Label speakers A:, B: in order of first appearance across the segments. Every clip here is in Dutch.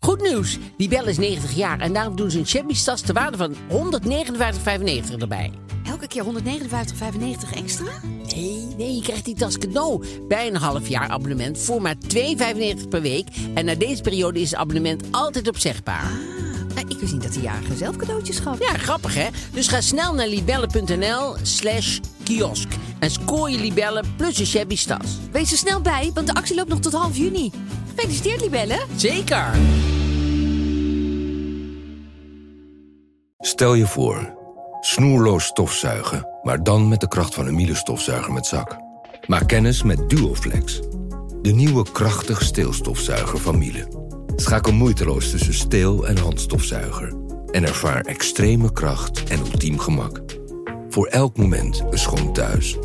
A: Goed nieuws. Die bel is 90 jaar en daarom doen ze een Chemie tas ter waarde van 159,95 erbij.
B: Elke keer 159,95 extra?
A: Nee, nee, je krijgt die tas cadeau bij een half jaar abonnement voor maar 2,95 per week. En na deze periode is het abonnement altijd opzegbaar.
B: Nou, ik wist niet dat de jarige zelf cadeautjes gaf.
A: Ja, grappig hè? Dus ga snel naar libellen.nl slash kiosk en scoor je libellen plus een shabby tas.
B: Wees er snel bij, want de actie loopt nog tot half juni. Gefeliciteerd, Libelle.
A: Zeker!
C: Stel je voor, snoerloos stofzuigen, maar dan met de kracht van een Miele stofzuiger met zak. Maak kennis met Duoflex, de nieuwe krachtig steelstofzuiger van Miele. Schakel moeiteloos tussen steel- en handstofzuiger en ervaar extreme kracht en ultiem gemak. Voor elk moment een schoon thuis.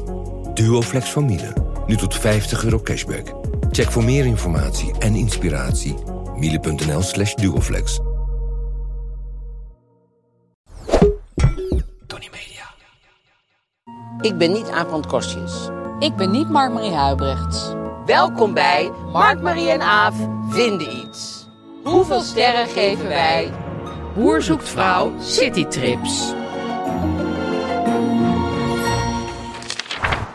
C: Duoflex van Miele, nu tot 50 euro cashback. Check voor meer informatie en inspiratie miele.nl slash duoflex.
A: Ik ben niet Aaf van het Kostjes.
D: Ik ben niet Mark-Marie Huibrechts.
A: Welkom bij Mark, Marie en Aaf vinden iets. Hoeveel sterren geven wij? Boer zoekt vrouw citytrips.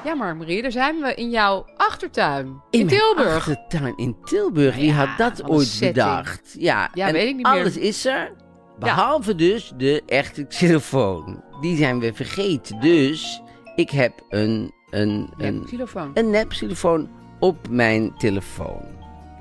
D: Ja, Mark-Marie, daar zijn we in jouw achtertuin. In,
A: In mijn
D: Tilburg.
A: achtertuin in Tilburg. Wie
D: Ja,
A: had dat
D: wat een
A: ooit
D: setting.
A: bedacht? Ja,
D: Ja,
A: en
D: weet ik niet meer.
A: Alles is er. Behalve dus de echte xylofoon. Die zijn we vergeten. Dus ik heb een, een,
D: Een
A: een,
D: xylofoon.
A: een nep xylofoon op mijn telefoon.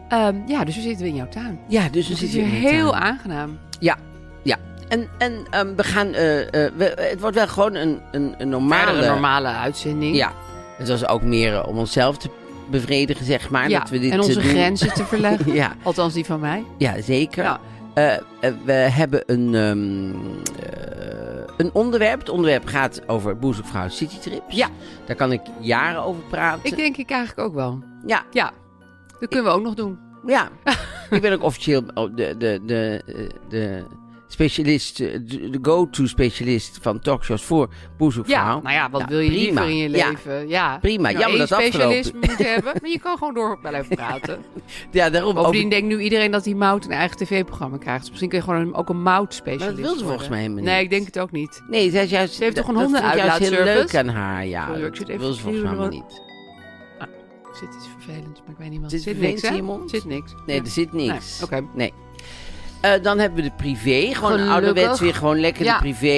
D: Ehm, ja, dus we zitten weer in jouw tuin.
A: Ja, dus we
D: Het is
A: zitten
D: hier
A: in de
D: heel
A: tuin.
D: aangenaam.
A: Ja, ja. En, en ehm, we gaan. eh, eh, we- het wordt wel gewoon een, een, een normale.
D: Maar een normale uitzending.
A: eh, Ja. Het was ook meer eh, om onszelf te bevredigen, zeg maar.
D: Ja,
A: dat we dit
D: en
A: eh,
D: onze
A: doen.
D: grenzen te verleggen.
A: Ja.
D: Althans, die van mij.
A: Ja, zeker.
D: Ja.
A: Eh, eh, we hebben een, ehm, eh, een onderwerp. Het onderwerp gaat over boezemvrouw citytrips.
D: Ja.
A: Daar kan ik jaren over praten.
D: Ik denk ik eigenlijk ook wel.
A: Ja,
D: Ja, dat kunnen we ook nog doen.
A: ja. ik ben ook officieel oh, de, de, de, eh, de specialist, eh, de de go-to specialist van talkshows voor
D: Ja,
A: boezemvrouw.
D: nou ja, wat
A: Nou,
D: wil je
A: prima.
D: liever in je
A: Ja.
D: leven? Ja,
A: Prima,
D: Nou,
A: jammer
D: één
A: dat het
D: specialist moet hebben, maar je kan gewoon door blijven praten.
A: Ja, daarom.
D: Bovendien denkt nu iedereen dat die Mout een eigen tv-programma krijgt. Dus misschien kun je gewoon een- ook een Mout-specialist
A: Maar dat wil ze volgens
D: worden.
A: mij helemaal
D: Nee,
A: niet.
D: ik denk het ook niet.
A: Nee, zij is juist,
D: Ze heeft
A: dat-
D: toch een
A: dat vind ik juist heel leuk
D: hondenuitlaatservice?
A: aan haar, ja.
D: Sorry, ik
A: dat
D: zit even
A: wil ze
D: te
A: volgens mij
D: kriebelen,
A: helemaal
D: hoor.
A: niet.
D: Er zit iets vervelends, maar ik weet niet wat.
A: Zit
D: Er zit
A: vervelends
D: niks, hè?
A: in je mond?
D: Zit niks.
A: Nee, dus,
D: Ja.
A: er zit niks.
D: Nee, oké.
A: Nee. Eh, dan hebben we de privé. Gewoon
D: Gelukkig.
A: ouderwets weer gewoon lekker
D: Ja.
A: de privé.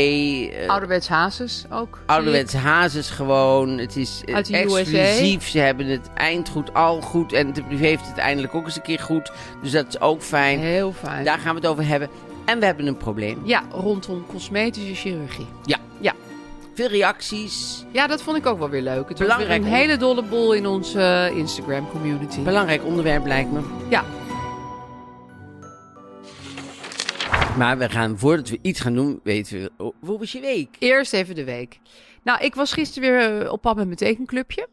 A: eh,
D: Ouderwets hazes ook. zie
A: ouderwets hazes gewoon. Het is eh,
D: Uit de USA.
A: exclusief. Ze hebben het eindgoed al goed. En de privé heeft het eindelijk ook eens een keer goed. Dus dat is ook
D: ik.
A: fijn.
D: Heel fijn.
A: Daar gaan we het over hebben. En we hebben een probleem.
D: Ja, rondom cosmetische chirurgie.
A: Ja.
D: Ja.
A: Veel reacties.
D: Ja, dat vond ik ook wel weer leuk. Het was weer
A: Belangrijk
D: een hele dolle boel in onze eh, Instagram-community.
A: Belangrijk onderwerp lijkt me.
D: Ja,
A: Maar we gaan, voordat we iets gaan doen, weten we, oh, hoe was je week?
D: eerst even de week. Nou, ik was gisteren weer eh, op pad met mijn tekenclubje.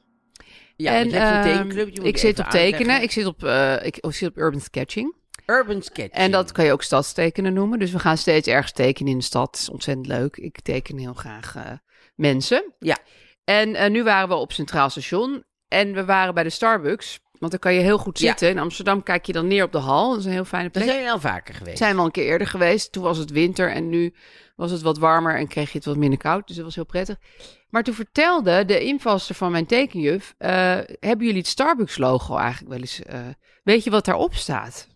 A: Ja, want je hebt een
D: ehm,
A: tekenclub, je moet
D: ik
A: je
D: zit
A: even
D: op tekenen.
A: uitleggen.
D: Ik zit op, eh, ik, ik zit op urban sketching.
A: Urban sketch.
D: En dat kan je ook stadstekenen noemen. Dus we gaan steeds ergens tekenen in de stad. Het is ontzettend leuk. Ik teken heel graag eh, mensen.
A: Ja.
D: En eh, nu waren we op Centraal Station. En we waren bij de Starbucks. Want dan kan je heel goed
A: Ja.
D: zitten. In Amsterdam kijk je dan neer op de hal. Dat is een heel fijne
A: Daar
D: plek.
A: zijn we al vaker geweest.
D: Zijn we al een keer eerder geweest. Toen was het winter en nu was het wat warmer en kreeg je het wat minder koud. Dus dat was heel prettig. Maar toen vertelde de invaster van mijn tekenjuf... eh, hebben jullie het Starbucks-logo eigenlijk wel eens... eh, weet je wat daarop staat?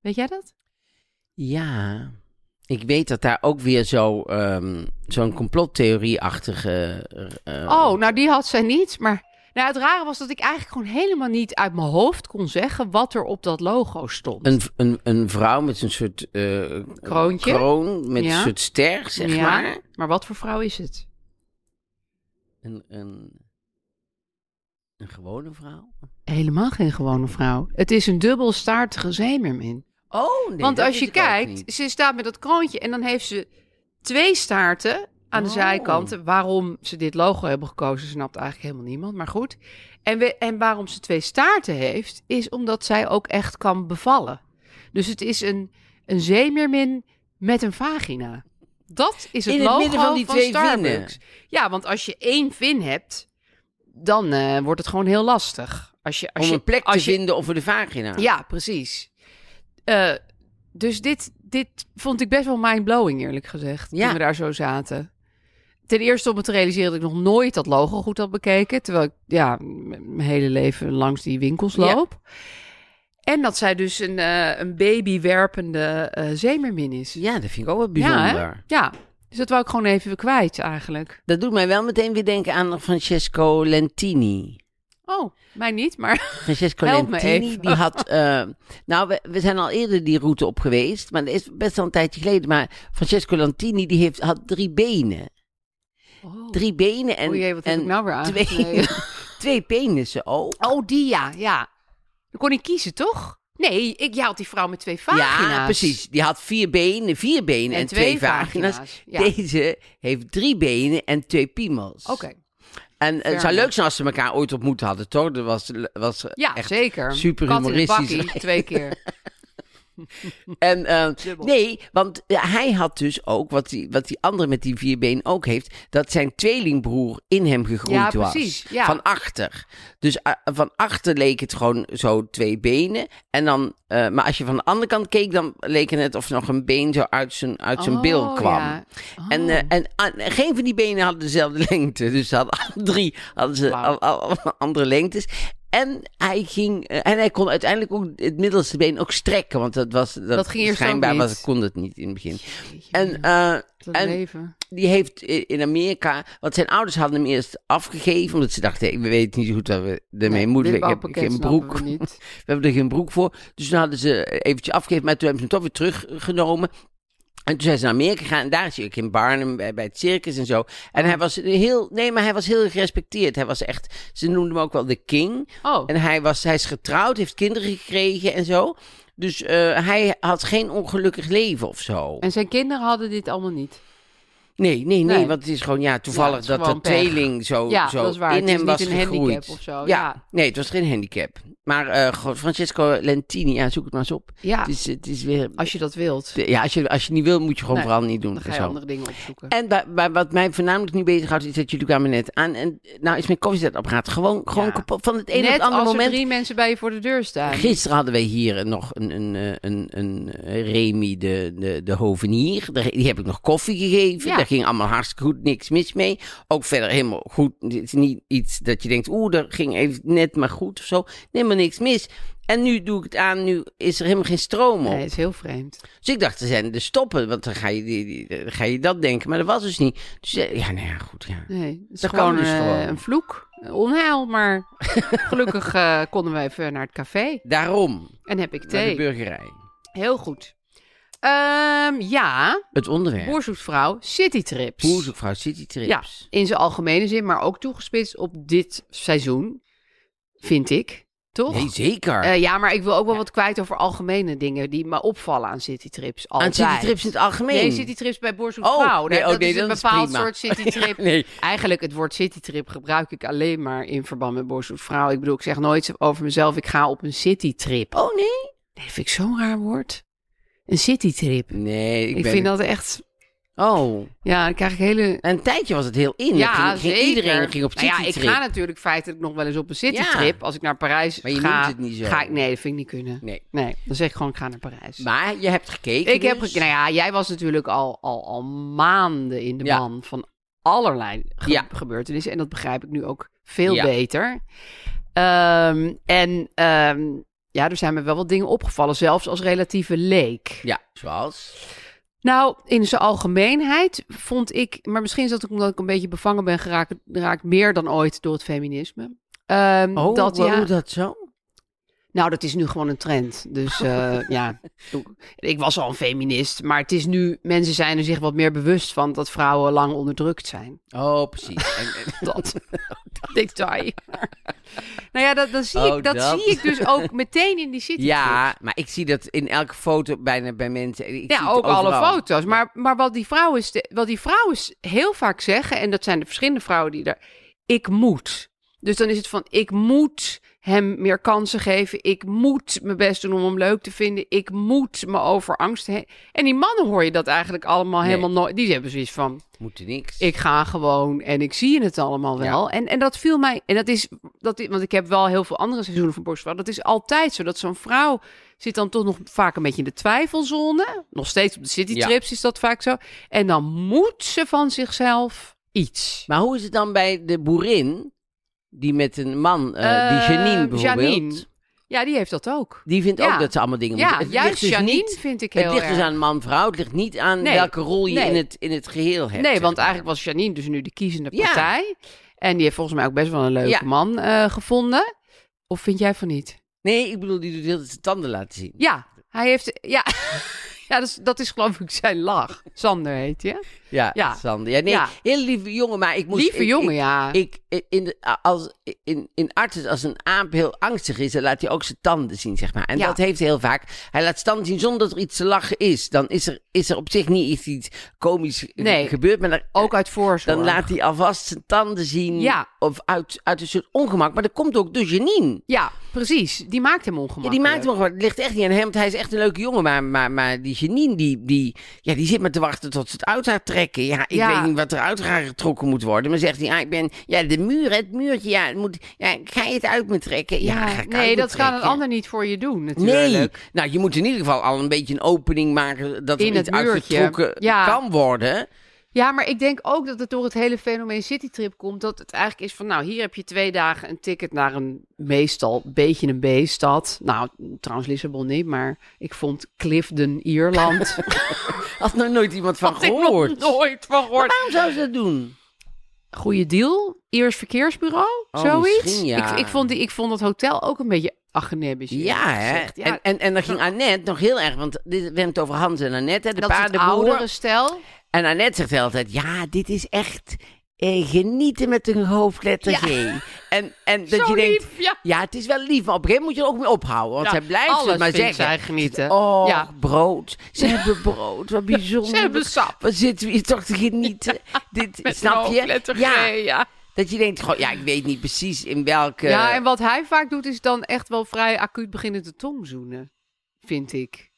D: Weet jij dat?
A: Ja, ik weet dat daar ook weer zo, ehm, zo'n complottheorie-achtige... eh, eh,
D: Oh, nou die had zij niet. Maar nou, het rare was dat ik eigenlijk gewoon helemaal niet uit mijn hoofd kon zeggen wat er op dat logo stond.
A: Een, een, een vrouw met een soort... eh,
D: Kroontje?
A: Kroon, met
D: Ja.
A: een soort ster, zeg
D: Ja,
A: maar.
D: Maar wat voor vrouw is het?
A: Een, een, een gewone vrouw.
D: Helemaal geen gewone vrouw. Het is een dubbelstaartige zeemermin.
A: Oh, nee,
D: Want
A: dat
D: als je
A: wist ik ook
D: kijkt,
A: niet.
D: ze staat met dat kroontje en dan heeft ze twee staarten aan de
A: Oh.
D: zijkanten. Waarom ze dit logo hebben gekozen, snapt eigenlijk helemaal niemand. Maar goed. En, we, en waarom ze twee staarten heeft, is omdat zij ook echt kan bevallen. Dus het is een, een zeemermin met een vagina. Dat is het
A: In het
D: logo
A: midden van die twee
D: Starbucks. Ja, want als je één vin hebt, dan eh, wordt het gewoon heel lastig. Als je, als
A: Om
D: je,
A: een plek te
D: als je
A: vinden over de vagina.
D: ja, precies. Eh, Dus dit, dit vond ik best wel mindblowing, eerlijk gezegd.
A: Ja.
D: Toen we daar zo zaten. Ten eerste om me te realiseren dat ik nog nooit dat logo goed had bekeken. Terwijl ik ja, m- mijn hele leven langs die winkels
A: Ja.
D: loop. En dat zij dus een, eh, een babywerpende eh zeemermin is.
A: Ja, dat vind ik ook wel
D: Ja, hè?
A: bijzonder.
D: Ja, dus dat wou ik gewoon even kwijt eigenlijk.
A: dat doet mij wel meteen weer denken aan Francesco Lentini.
D: Oh, mij niet, maar
A: Francesco
D: Help me
A: Lentini,
D: even.
A: die had... eh, nou, we, we zijn al eerder die route op geweest, maar dat is best al een tijdje geleden. Maar Francesco Lentini, die heeft, had drie benen.
D: oh,
A: Drie benen en,
D: o jee, wat heb
A: en
D: ik nou weer aan?
A: twee, twee penissen ook.
D: Oh, die ja, ja. Dan kon ik kiezen, toch? Nee, ik, jij had die vrouw met twee vagina's.
A: Ja, precies. Die had vier benen, vier benen en, twee, vagina's.
D: Ja.
A: Deze heeft drie benen en twee piemels.
D: Oké,
A: En eh, het
D: fair
A: zou leuk
D: enough.
A: zijn als ze elkaar ooit ontmoet hadden, toch? Dat was, was
D: ja,
A: echt
D: zeker.
A: super
D: Kat in een
A: humoristisch.
D: bakkie, twee keer.
A: En, eh,
D: Dubbel.
A: nee, want ja, hij had dus ook, wat die, wat die andere met die vier benen ook heeft, dat zijn tweelingbroer in hem gegroeid
D: Ja,
A: was.
D: precies, ja.
A: Van achter. Dus eh, van achter leek het gewoon zo twee benen. En dan, eh, maar als je van de andere kant keek, dan leek het net of er nog een been zo uit zijn, uit zijn
D: Oh,
A: bil kwam.
D: ja. Oh.
A: En, eh, en ah, geen van die benen hadden dezelfde lengte. Dus ze hadden alle drie hadden ze
D: Wauw.
A: al- al- andere lengtes. En hij, ging, eh, en hij kon uiteindelijk ook het middelste been ook strekken. Want dat was. Dat,
D: Dat ging eerst ook
A: Schijnbaar
D: niet.
A: was, kon dat niet in het begin.
D: Jeetje,
A: En, eh,
D: dat
A: en
D: leven.
A: die heeft i- in Amerika. Want zijn ouders hadden hem eerst afgegeven. Omdat ze dachten: hey, we weten niet zo goed wat we ermee
D: Nee,
A: moeten.
D: dit
A: Ik heb
D: bouwpakket
A: geen
D: snappen
A: broek.
D: we niet.
A: We hebben er geen broek voor. Dus toen hadden ze eventjes afgegeven. Maar toen hebben ze hem toch weer teruggenomen. En toen zijn ze naar Amerika gegaan. En daar is hij ook in Barnum bij, bij het circus en zo. En hij was heel... Nee, maar hij was heel gerespecteerd. Hij was echt... Ze noemden hem ook wel de king.
D: Oh,
A: En hij, was, hij is getrouwd, heeft kinderen gekregen en zo. Dus eh, hij had geen ongelukkig leven of zo.
D: en zijn kinderen hadden dit allemaal niet.
A: Nee, nee, nee,
D: Nee.
A: Want het is gewoon ja,
D: Ja,
A: toevallig
D: het is
A: dat
D: gewoon
A: dat
D: pech.
A: tweeling zo,
D: Ja,
A: zo
D: dat is waar.
A: in
D: Het is
A: hem was
D: niet een
A: gegroeid.
D: handicap of zo, ja.
A: Nee, het was geen handicap. Maar eh, god, Francesco Lentini, ja, zoek het maar eens op.
D: Ja,
A: Het is, het is weer.
D: als je dat wilt,
A: De- Ja, als je, als je niet wil, moet je gewoon
D: Nee,
A: vooral niet doen.
D: dan ga je
A: Zo.
D: andere dingen opzoeken.
A: En wa- wa- wat mij voornamelijk nu bezighoudt, is dat jullie kwamen net aan. En nou is mijn koffiezetapparaat gewoon, gewoon
D: Ja.
A: kapot. Van het ene op
D: Net
A: het andere
D: als er
A: moment.
D: drie mensen bij je voor de deur staan.
A: Gisteren hadden wij hier nog een, een, eh, een, een eh, Remy, de, de, de hovenier. Daar- Die heb ik nog koffie gegeven.
D: Ja.
A: Daar ging allemaal hartstikke goed, niks mis mee. Ook verder helemaal goed. Het is niet iets dat je denkt, oeh, daar ging even net maar goed of zo. Nee, maar niks mis. En nu doe ik het aan, nu is er helemaal geen stroom op.
D: Nee, is heel vreemd.
A: Dus ik dacht, er zijn de stoppen, want dan ga, je, die, die- dan ga je dat denken. Maar dat was dus niet. Dus eh, ja, nou ja, goed, ja.
D: Nee, het is
A: Dat kan
D: gewoon,
A: dus
D: eh,
A: gewoon.
D: een vloek. Een Onheil, maar gelukkig eh, konden we even naar het café.
A: Daarom,
D: En heb ik
A: naar de
D: thee.
A: burgerij.
D: Heel goed. Ehm, ja,
A: Het onderwerp.
D: boerzoetvrouw, citytrips.
A: Boerzoekvrouw City
D: Ja,
A: Trips.
D: in zijn algemene zin, maar ook toegespitst op dit seizoen, vind ik. Toch?
A: Nee, zeker.
D: Eh, ja, maar ik wil ook wel wat kwijt over algemene dingen die me opvallen aan citytrips.
A: Aan
D: Altijd.
A: citytrips in het algemeen.
D: Nee, citytrips bij
A: Oh,
D: Boerzoekvrouw.
A: nee, oh,
D: dat
A: nee,
D: is een
A: dat is
D: bepaald
A: prima.
D: soort citytrip.
A: nee.
D: Eigenlijk het woord citytrip gebruik ik alleen maar in verband met Boerzoekvrouw. Ik bedoel, ik zeg nooit over mezelf, ik ga op een citytrip.
A: Oh nee?
D: Nee, vind ik zo'n raar woord. Een citytrip.
A: Nee, ik,
D: Ik,
A: ben...
D: vind dat echt...
A: Oh,
D: Ja, dan krijg ik hele...
A: een tijdje was het heel in.
D: Ja,
A: ging, ging
D: zeker.
A: Iedereen ging op
D: Nou
A: citytrip.
D: ja, ik ga natuurlijk feitelijk nog wel eens op een citytrip. Als ik naar Parijs
A: Maar je
D: ga,
A: noemt het niet zo.
D: ga ik... Nee, dat vind ik niet kunnen.
A: Nee.
D: Nee, dan zeg ik gewoon, ik ga naar Parijs.
A: Maar je hebt gekeken
D: Ik heb
A: dus.
D: gekeken. Nou ja, jij was natuurlijk al, al, al maanden in de
A: Ja.
D: ban van allerlei ge-
A: Ja.
D: gebeurtenissen. En dat begrijp ik nu ook veel
A: Ja.
D: beter. Ehm, en ehm, ja, er zijn me wel wat dingen opgevallen, zelfs als relatieve leek.
A: Ja, zoals?
D: Nou, in zijn algemeenheid vond ik, maar misschien is dat ook omdat ik een beetje bevangen ben geraakt, geraakt meer dan ooit door het feminisme. Ehm,
A: Oh,
D: dat,
A: hoe
D: ja,
A: dat zo?
D: nou, dat is nu gewoon een trend. Dus eh, ja, ik was al een feminist. Maar het is nu, mensen zijn er zich wat meer bewust van dat vrouwen lang onderdrukt zijn.
A: Oh, precies. En- en-
D: Dat detail. nou ja, dat, dat, zie,
A: Oh,
D: ik, dat,
A: dat.
D: zie ik dus ook meteen in die city.
A: ja, maar ik zie dat in elke foto bijna bij mensen. Ik zie
D: Ja,
A: het
D: ook alle
A: overal.
D: foto's. Maar, maar wat, die vrouwen, ste- wat die vrouwen s- heel vaak zeggen, en dat zijn de verschillende vrouwen die daar. Ik moet. Dus dan is het van: ik moet hem meer kansen geven. Ik moet mijn best doen om hem leuk te vinden. Ik moet me over angst heen. En die mannen hoor je dat eigenlijk allemaal
A: Nee.
D: helemaal nooit. Die hebben zoiets van:
A: Moet er niks.
D: ik ga gewoon en ik zie het allemaal wel. En, en dat viel mij. En dat is, dat is. Want ik heb wel heel veel andere seizoenen van Borstwouw. Dat is altijd zo dat zo'n vrouw Zit dan toch nog vaak een beetje in de twijfelzone. Nog steeds op de citytrips is dat vaak zo. En dan moet ze van zichzelf iets.
A: Maar hoe is het dan bij de boerin, die met een man, eh, die
D: Eh,
A: Janine bijvoorbeeld,
D: Janine. Ja, die heeft dat ook.
A: die vindt
D: Ja.
A: ook dat ze allemaal dingen
D: Ja,
A: moeten. Het
D: juist
A: ligt dus
D: Janine
A: niet,
D: vind ik
A: Het
D: heel
A: ligt
D: erg.
A: dus aan man-vrouw, het ligt niet aan
D: Nee.
A: welke rol je
D: Nee.
A: in, het, in het geheel hebt.
D: Nee,
A: zeg
D: want
A: maar.
D: eigenlijk was Janine dus nu de kiezende
A: Ja.
D: partij. En die heeft volgens mij ook best wel een leuke
A: Ja.
D: man eh, gevonden. Of vind jij van niet?
A: Nee, ik bedoel, die doet heel zijn tanden laten zien.
D: Ja, hij heeft... Ja, ja dat, is, dat is geloof ik zijn lach. Sander heet je.
A: Ja,
D: Ja.
A: Sander. Ja, nee,
D: Ja.
A: heel lieve jongen, maar ik moest...
D: Lieve
A: ik-
D: jongen,
A: ik-
D: ja.
A: Ik, in, de, als, in, in artsen, als een aap heel angstig is, dan laat hij ook zijn tanden zien, zeg maar. En
D: Ja.
A: dat heeft hij heel vaak. Hij laat zijn tanden zien zonder dat er iets te lachen is. Dan is er, is er op zich niet iets, iets komisch eh,
D: Nee.
A: gebeurd, maar dan,
D: ook uit voorzorg.
A: dan laat hij alvast zijn tanden zien.
D: Ja.
A: Of uit, uit een soort ongemak. Maar dat komt ook door Janine.
D: Ja, precies. Die maakt hem
A: Ja,
D: ongemakkelijk.
A: die maakt hem gewoon. Het ligt echt niet aan hem, want hij is echt een leuke jongen. Maar, maar, maar die Janine, die, die, ja, die zit maar te wachten tot ze het uit haar trekken. Ja, ik
D: Ja.
A: weet niet wat er uit haar getrokken moet worden. Maar zegt hij, ah, ik ben, ja, de muur, het muurtje, ja, het moet, ja, ga je het uit me trekken? Ja, ga ik
D: nee,
A: uit me
D: dat kan een
A: trekken.
D: ander niet voor je doen natuurlijk.
A: Nee, nou, je moet in ieder geval al een beetje een opening maken dat er
D: In
A: iets
D: het muurtje.
A: uitgetrokken
D: Ja.
A: kan worden.
D: Ja, maar ik denk ook dat het door het hele fenomeen citytrip komt. Dat het eigenlijk is van, nou, hier heb je twee dagen een ticket naar een meestal beetje een B-stad. Nou, trouwens Lissabon niet, maar ik vond Clifden, Ierland.
A: Had nog nooit iemand van
D: Had ik nog
A: gehoord.
D: nooit van gehoord.
A: Waarom zou ze dat doen?
D: Goeie deal, Iers Verkeersbureau,
A: Oh,
D: zoiets.
A: misschien, ja.
D: Ik, ik, vond die, ik vond dat hotel ook een beetje agenebbisch. eerlijk
A: Ja, hè?
D: gezegd. Ja,
A: en, en, en dan ging Annette nog heel erg, want dit, we hebben het over Hans en Annette, hè, de
D: dat is het
A: paardenboer.
D: oudere stel.
A: En Annette zegt altijd: Ja, dit is echt eh, genieten met een hoofdletter
D: Ja.
A: G. En, en dat
D: Zo
A: je denkt:
D: lief, ja.
A: het is wel lief, maar op een gegeven moment moet je er ook mee ophouden. Want
D: Ja,
A: zij blijft
D: alles
A: het maar
D: vindt
A: zeggen.
D: zij genieten.
A: Oh,
D: Ja.
A: brood. Ze hebben brood. Wat bijzonder.
D: Ze hebben sap.
A: Wat zitten we hier toch te genieten? Dit,
D: Met
A: snap
D: een
A: je?
D: hoofdletter G,
A: Ja,
D: ja.
A: dat je denkt: goh, Ja, ik weet niet precies in welke.
D: Ja, en wat hij vaak doet, is dan echt wel vrij acuut beginnen te tongzoenen. Vind ik.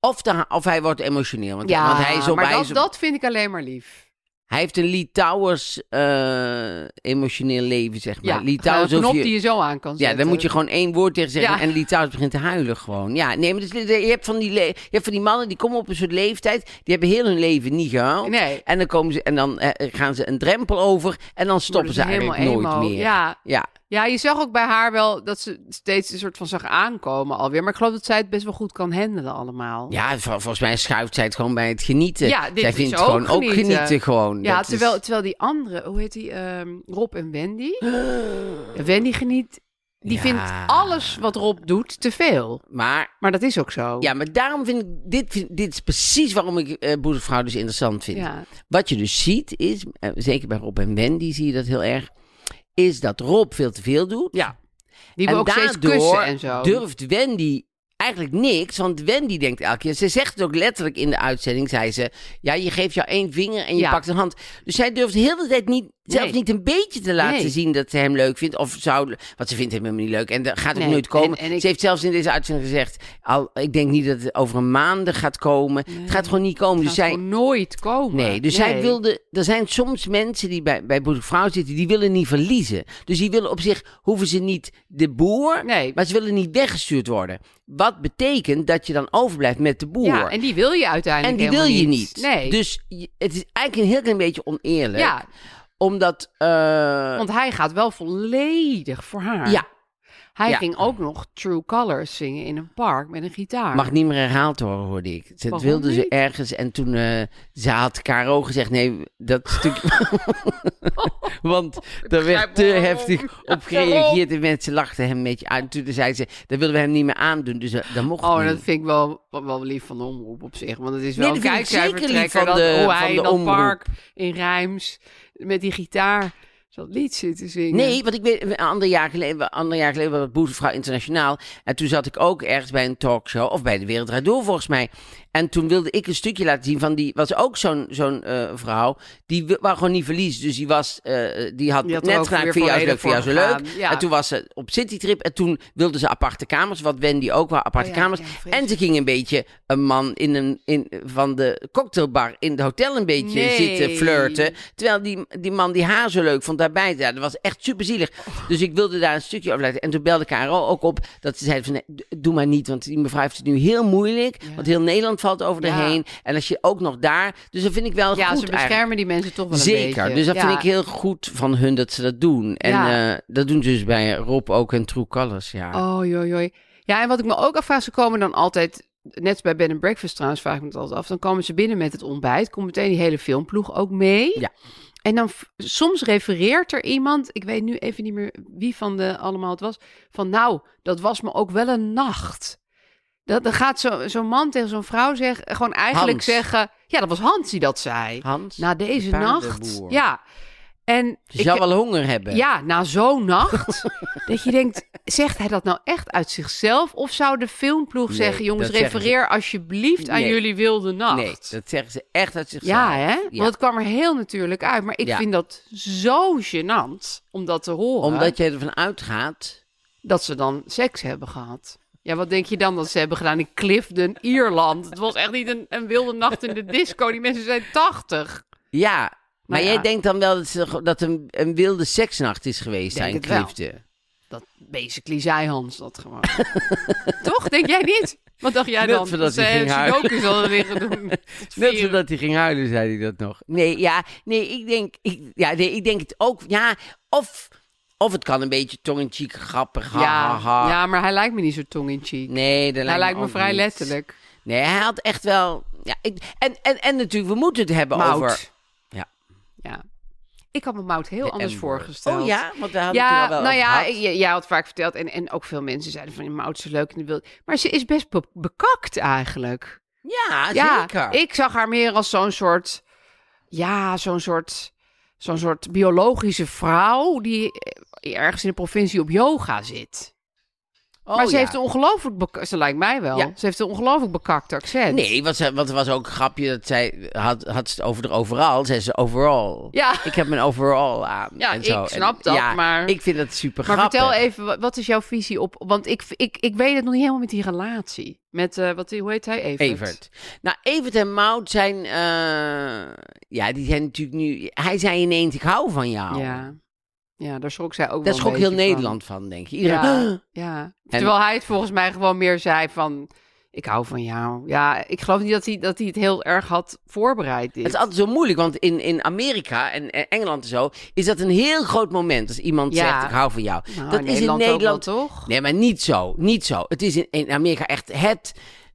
A: Of, de- of hij wordt emotioneel. Want,
D: Ja,
A: want hij is op,
D: maar
A: hij,
D: dat,
A: is op-
D: dat vind ik alleen maar lief.
A: hij heeft een Lee Towers eh, emotioneel leven, zeg maar.
D: Ja,
A: Lee
D: gewoon
A: Towers
D: een
A: hoef
D: knop
A: je-
D: die je zo aan kan zetten.
A: Ja, dan moet je gewoon één woord tegen zeggen
D: Ja.
A: en Litouws begint te huilen gewoon. Ja, nee, maar dus, je, hebt van die le- je hebt van die mannen die komen op een soort leeftijd, die hebben heel hun leven niet gehuild.
D: Nee.
A: En dan, komen ze, en dan eh, gaan ze een drempel over en dan stoppen
D: Worden
A: ze eigenlijk
D: helemaal
A: nooit
D: emo.
A: meer.
D: Ja.
A: ja.
D: ja, je zag ook bij haar wel dat ze steeds een soort van zag aankomen alweer. Maar ik geloof dat zij het best wel goed kan handelen allemaal.
A: Ja, vol- volgens mij schuift zij het gewoon bij het genieten.
D: Ja, dit
A: zij
D: is
A: vindt
D: ook
A: gewoon ook
D: genieten.
A: genieten gewoon.
D: Ja,
A: Dat is-
D: terwijl, terwijl die andere, hoe heet die, ehm, Rob en Wendy. Wendy geniet, die
A: Ja.
D: vindt alles wat Rob doet te veel.
A: Maar,
D: Maar dat is ook zo.
A: ja, maar daarom vind ik, dit, vind- dit is precies waarom ik eh Boezemvrouw dus interessant vind.
D: Ja.
A: Wat je dus ziet is, eh, zeker bij Rob en Wendy zie je dat heel erg, is dat Rob veel te veel doet.
D: Ja. Die wil ook steeds kussen en zo.
A: durft Wendy eigenlijk niks, want Wendy denkt elke keer, ze zegt het ook letterlijk in de uitzending, zei ze, ja, je geeft jou één vinger en je
D: Ja.
A: pakt een hand. Dus zij durft heel de tijd niet, zelfs
D: Nee.
A: niet een beetje te laten
D: Nee.
A: zien dat ze hem leuk vindt, of zou, want ze vindt hem helemaal niet leuk en dat gaat ook
D: Nee.
A: nooit komen.
D: En- en ik-
A: Ze heeft zelfs in deze uitzending gezegd, al, ik denk niet dat het over een maanden gaat komen. Het gaat gewoon niet komen. Dus
D: Gaat
A: zij,
D: gewoon nooit komen.
A: Nee, dus zij wilde. Er zijn soms mensen die bij, bij boer vrouw zitten, die willen niet verliezen. Dus die willen op zich hoeven ze niet de boer,
D: Nee.
A: maar ze willen niet weggestuurd worden. Wat betekent dat je dan overblijft met de boer.
D: Ja, en die wil je uiteindelijk
A: En die wil je
D: helemaal
A: niet.
D: Nee.
A: Dus je- het is eigenlijk een heel klein beetje oneerlijk.
D: ja,
A: Omdat. eh,
D: want hij gaat wel volledig voor haar.
A: ja,
D: Hij
A: ja.
D: ging ook nog True Colors zingen in een park met een gitaar.
A: mag niet meer herhaald worden, hoorde ik. Ze
D: Waarom
A: wilde ze
D: niet?
A: ergens en toen eh, ze had Caro gezegd: nee, dat stuk. Want er werd
D: begrijp
A: te
D: waarom.
A: heftig
D: Ja,
A: op
D: waarom?
A: gereageerd en mensen lachten hem een beetje aan. Toen zei ze: dat wilden we hem niet meer aandoen, dus dat, dat mocht
D: Oh,
A: niet.
D: dat vind ik wel, wel, wel lief van de omroep op zich. Want het is
A: Nee,
D: wel
A: dat
D: een
A: vind ik zeker lief
D: kijkcijfertrekker
A: van
D: dat,
A: de-
D: hoe
A: van
D: hij
A: de
D: in dat
A: omroep.
D: park in Rijms met die gitaar dat lied zit te zingen.
A: Nee, want ik weet, een ander jaar geleden, ander jaar geleden was het Boezemvrouw Internationaal. En toen zat ik ook ergens bij een talkshow, of bij de Wereld Draait Door volgens mij.
E: En toen wilde ik een stukje laten zien van die. Was ook zo'n zo'n eh, vrouw. Die wi- wou gewoon niet verliezen. Dus die was. eh, die had
D: Die had er
E: net
D: ook
E: gedaan.
D: weer
E: Ik vind jou zo
D: volledig
E: leuk. Vind jou zo
D: voor
E: leuk.
D: gegaan, ja.
E: En toen was ze op citytrip. En toen wilde ze aparte kamers. Wat Wendy ook wel aparte
D: Oh ja,
E: kamers.
D: ja,
E: en
D: vreselijk.
E: ze ging een beetje een man in een, in, van de cocktailbar in het hotel een beetje
D: Nee.
E: zitten flirten. Terwijl die, die man die haar zo leuk vond daarbij. Ja, dat was echt super zielig. Dus ik wilde daar een stukje over laten. En toen belde Karel ook op dat ze zei van nee, d- doe maar niet. Want die mevrouw heeft het nu heel moeilijk. Want heel Nederland valt over
D: Ja.
E: haar heen. En als je ook nog daar. Dus dat vind ik wel
D: Ja,
E: goed
D: ze beschermen
E: eigenlijk.
D: die mensen toch wel een beetje.
E: Zeker, dus dat
D: Ja.
E: vind ik heel goed van hun dat ze dat doen. En
D: Ja.
E: eh, dat doen ze dus bij Rob ook en True Colors, ja.
D: Oh, joi, joi. Ja, en wat ik me ook afvraag, ze komen dan altijd, net als bij Bed and Breakfast trouwens, vraag ik me dat altijd af. Dan komen ze binnen met het ontbijt, komt meteen die hele filmploeg ook mee.
E: Ja.
D: En dan f- soms refereert er iemand, ik weet nu even niet meer wie van de allemaal het was, van nou, dat was me ook wel een nacht. Dat, dan gaat zo- zo'n man tegen zo'n vrouw zeggen, gewoon eigenlijk
E: Hans.
D: zeggen, ja, dat was Hans die dat zei.
E: Hans,
D: Na deze
E: de
D: nacht.
E: paardenboer.
D: Ja. En
E: Ze zou wel honger hebben.
D: ja, na zo'n nacht. dat je denkt, zegt hij dat nou echt uit zichzelf? Of zou de filmploeg
E: Nee,
D: zeggen, jongens,
E: dat zeggen
D: refereer alsjeblieft aan
E: Nee.
D: jullie wilde nacht.
E: Nee, dat zeggen ze echt uit zichzelf.
D: ja, hè?
E: Ja.
D: Want het kwam er heel natuurlijk uit. Maar ik
E: Ja.
D: vind dat zo gênant om dat te horen.
E: Omdat je ervan uitgaat.
D: Dat ze dan seks hebben gehad. Ja, wat denk je dan dat ze hebben gedaan in Clifden, Ierland? Het was echt niet een, een wilde nacht in de disco. Die mensen zijn tachtig.
E: Ja, maar
D: ja.
E: jij denkt dan wel dat, ze, dat een, een wilde seksnacht is geweest
D: Denk
E: zijn
D: het wel.
E: liefde.
D: Dat basically zei Hans dat gewoon. Toch? Denk jij niet? Wat dacht jij
E: Net
D: dan?
E: voordat
D: Dat
E: hij
D: ze
E: ging huilen.
D: sudoku zouden liggen doen. tot
E: Net
D: vier uur.
E: zodat hij ging huilen, zei hij dat nog. Nee, ja, nee, ik denk, ik, ja, nee, ik denk het ook. Ja, of, of het kan een beetje tong-in-cheek grappig. Ha,
D: Ja,
E: ha, ha.
D: ja, maar hij lijkt me niet zo tong in cheek.
E: Nee, dat
D: hij lijkt me
E: ook
D: vrij
E: niet.
D: letterlijk.
E: Nee, hij had echt wel... Ja, ik, en, en, en natuurlijk, we moeten het hebben
D: Mout.
E: over... Ja.
D: Ja. Ik had me Mout heel
E: de
D: anders
E: M-word.
D: voorgesteld.
E: Oh ja, want we hadden
D: Ja,
E: het toen al wel
D: nou
E: over
D: ja,
E: gehad.
D: j- jij had vaak verteld. En, en ook veel mensen zeiden van, Mout is leuk in de wild. Maar ze is best be- bekakt eigenlijk.
E: Ja, zeker.
D: ik zag haar meer als zo'n soort, ja, zo'n soort, zo'n soort biologische vrouw die eh, ergens in de provincie op yoga zit.
E: Oh,
D: maar ze
E: ja.
D: heeft een ongelooflijk, beka- ze lijkt mij wel,
E: Ja.
D: ze heeft een ongelooflijk bekakt accent.
E: Nee, want, ze- want er was ook een grapje dat zij had, had ze het over de overal. Zei ze overall.
D: Ja.
E: Ik heb mijn overall aan.
D: Ja,
E: en zo.
D: ik snap
E: En
D: dat,
E: ja,
D: maar-
E: Ik vind dat super
D: Maar
E: grappig.
D: vertel even, wa- wat is jouw visie op, want ik, ik, ik weet het nog niet helemaal met die relatie. Met, eh, wat, hoe heet hij? Evert.
E: Evert. Nou, Evert en Maud zijn... eh, ja, die zijn natuurlijk nu... Hij zei ineens, ik hou van jou.
D: Ja. ja, daar schrok zij ook
E: Nou. Daar
D: wel
E: schrok
D: een
E: heel
D: beetje van.
E: Nederland van, denk je. Iedereen,
D: Ja, ja. terwijl hij het volgens mij gewoon meer zei van... Ik hou van jou. Ja, ik geloof niet dat hij, dat hij het heel erg had voorbereid. dit.
E: Het is altijd zo moeilijk, want in, in Amerika en eh, Engeland en zo... is dat een heel groot moment als iemand
D: Ja.
E: zegt, ik hou van jou.
D: Nou,
E: dat
D: in
E: is in
D: Nederland ook
E: Nederland
D: wel, toch?
E: Nee, maar niet zo. Niet zo. Het is in, in Amerika echt het.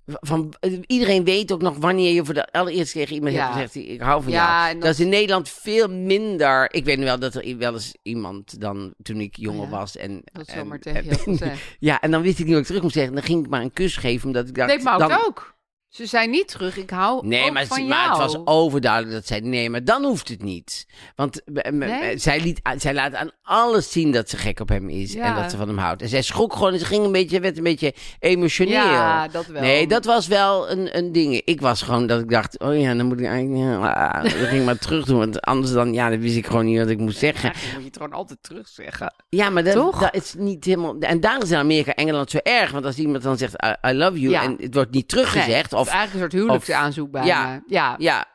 E: Van, iedereen weet ook nog wanneer je voor de allereerste keer tegen iemand
D: Ja.
E: hebt gezegd: Ik hou van
D: Ja,
E: jou.
D: en
E: Dat...
D: dat-
E: is in Nederland veel minder. Ik weet nu wel dat er i- wel eens iemand dan toen ik jonger
D: Oh Ja,
E: was. En,
D: dat
E: en-
D: zomaar tegen je had gezegd.
E: Ja, en dan wist ik niet wat ik terug moest zeggen. Dan ging ik maar een kus geven. Omdat ik dacht,
D: Nee, Maud
E: dan...
D: ook. Ze zei niet terug. Ik hou
E: Nee,
D: ook
E: maar,
D: van
E: ze-
D: jou.
E: maar het was overduidelijk dat zij nee, maar dan hoeft het niet. Want eh, eh,
D: Nee?
E: eh, zij, liet, aan- zij laat aan alles zien dat ze gek op hem is en
D: Ja.
E: dat ze van hem houdt. En zij schrok gewoon en ze ging een beetje, werd een beetje emotioneel.
D: Ja, dat wel.
E: Nee, dat was wel een, een ding. Ik was gewoon dat ik dacht, oh ja, dan moet ik eigenlijk, ja, ah, dan ging ik maar terug doen, want anders dan, ja, dan wist ik gewoon niet wat ik moest zeggen.
D: Eigenlijk moet je het gewoon altijd terug zeggen.
E: Ja, maar dat,
D: Toch?
E: dat is niet helemaal. En daar is in Amerika, Engeland zo erg, want als iemand dan zegt, I, I love you,
D: Ja.
E: en het wordt niet teruggezegd,
D: Nee, Ah. het
E: of
D: is eigenlijk een soort huwelijksaanzoek bijna.
E: Ja.
D: Ja.
E: ja,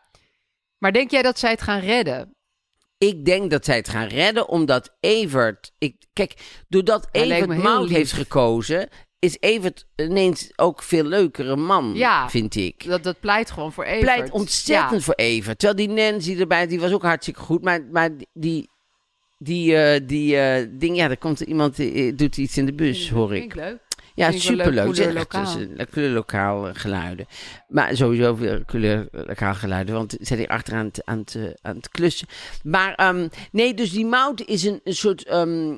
D: Maar denk jij dat zij het gaan redden?
E: Ik denk dat zij het gaan redden, omdat Evert... Ik, kijk, doordat
D: Hij lijkt me
E: Evert
D: heel
E: Mout
D: lief.
E: heeft gekozen... is Evert ineens ook veel leukere man,
D: Ja.
E: vind ik.
D: Dat, dat pleit gewoon voor Evert.
E: Pleit ontzettend voor Evert. Terwijl die Nancy erbij, die was ook hartstikke goed. Maar, maar die, die, eh, die eh, ding... Ja, daar komt iemand, die doet iets in de bus,
D: Ja.
E: hoor ik.
D: Vind ik leuk.
E: Ja,
D: Vind ik wel leuk,
E: superleuk. Het is echt
D: kleurlokaal.
E: dus een- een kleurlokaal eh, geluiden. Maar sowieso weer kleurlokaal geluiden, want zit hier achter aan het, aan het, eh, aan het klussen. Maar ehm, nee, dus die mout is een, een soort... ehm,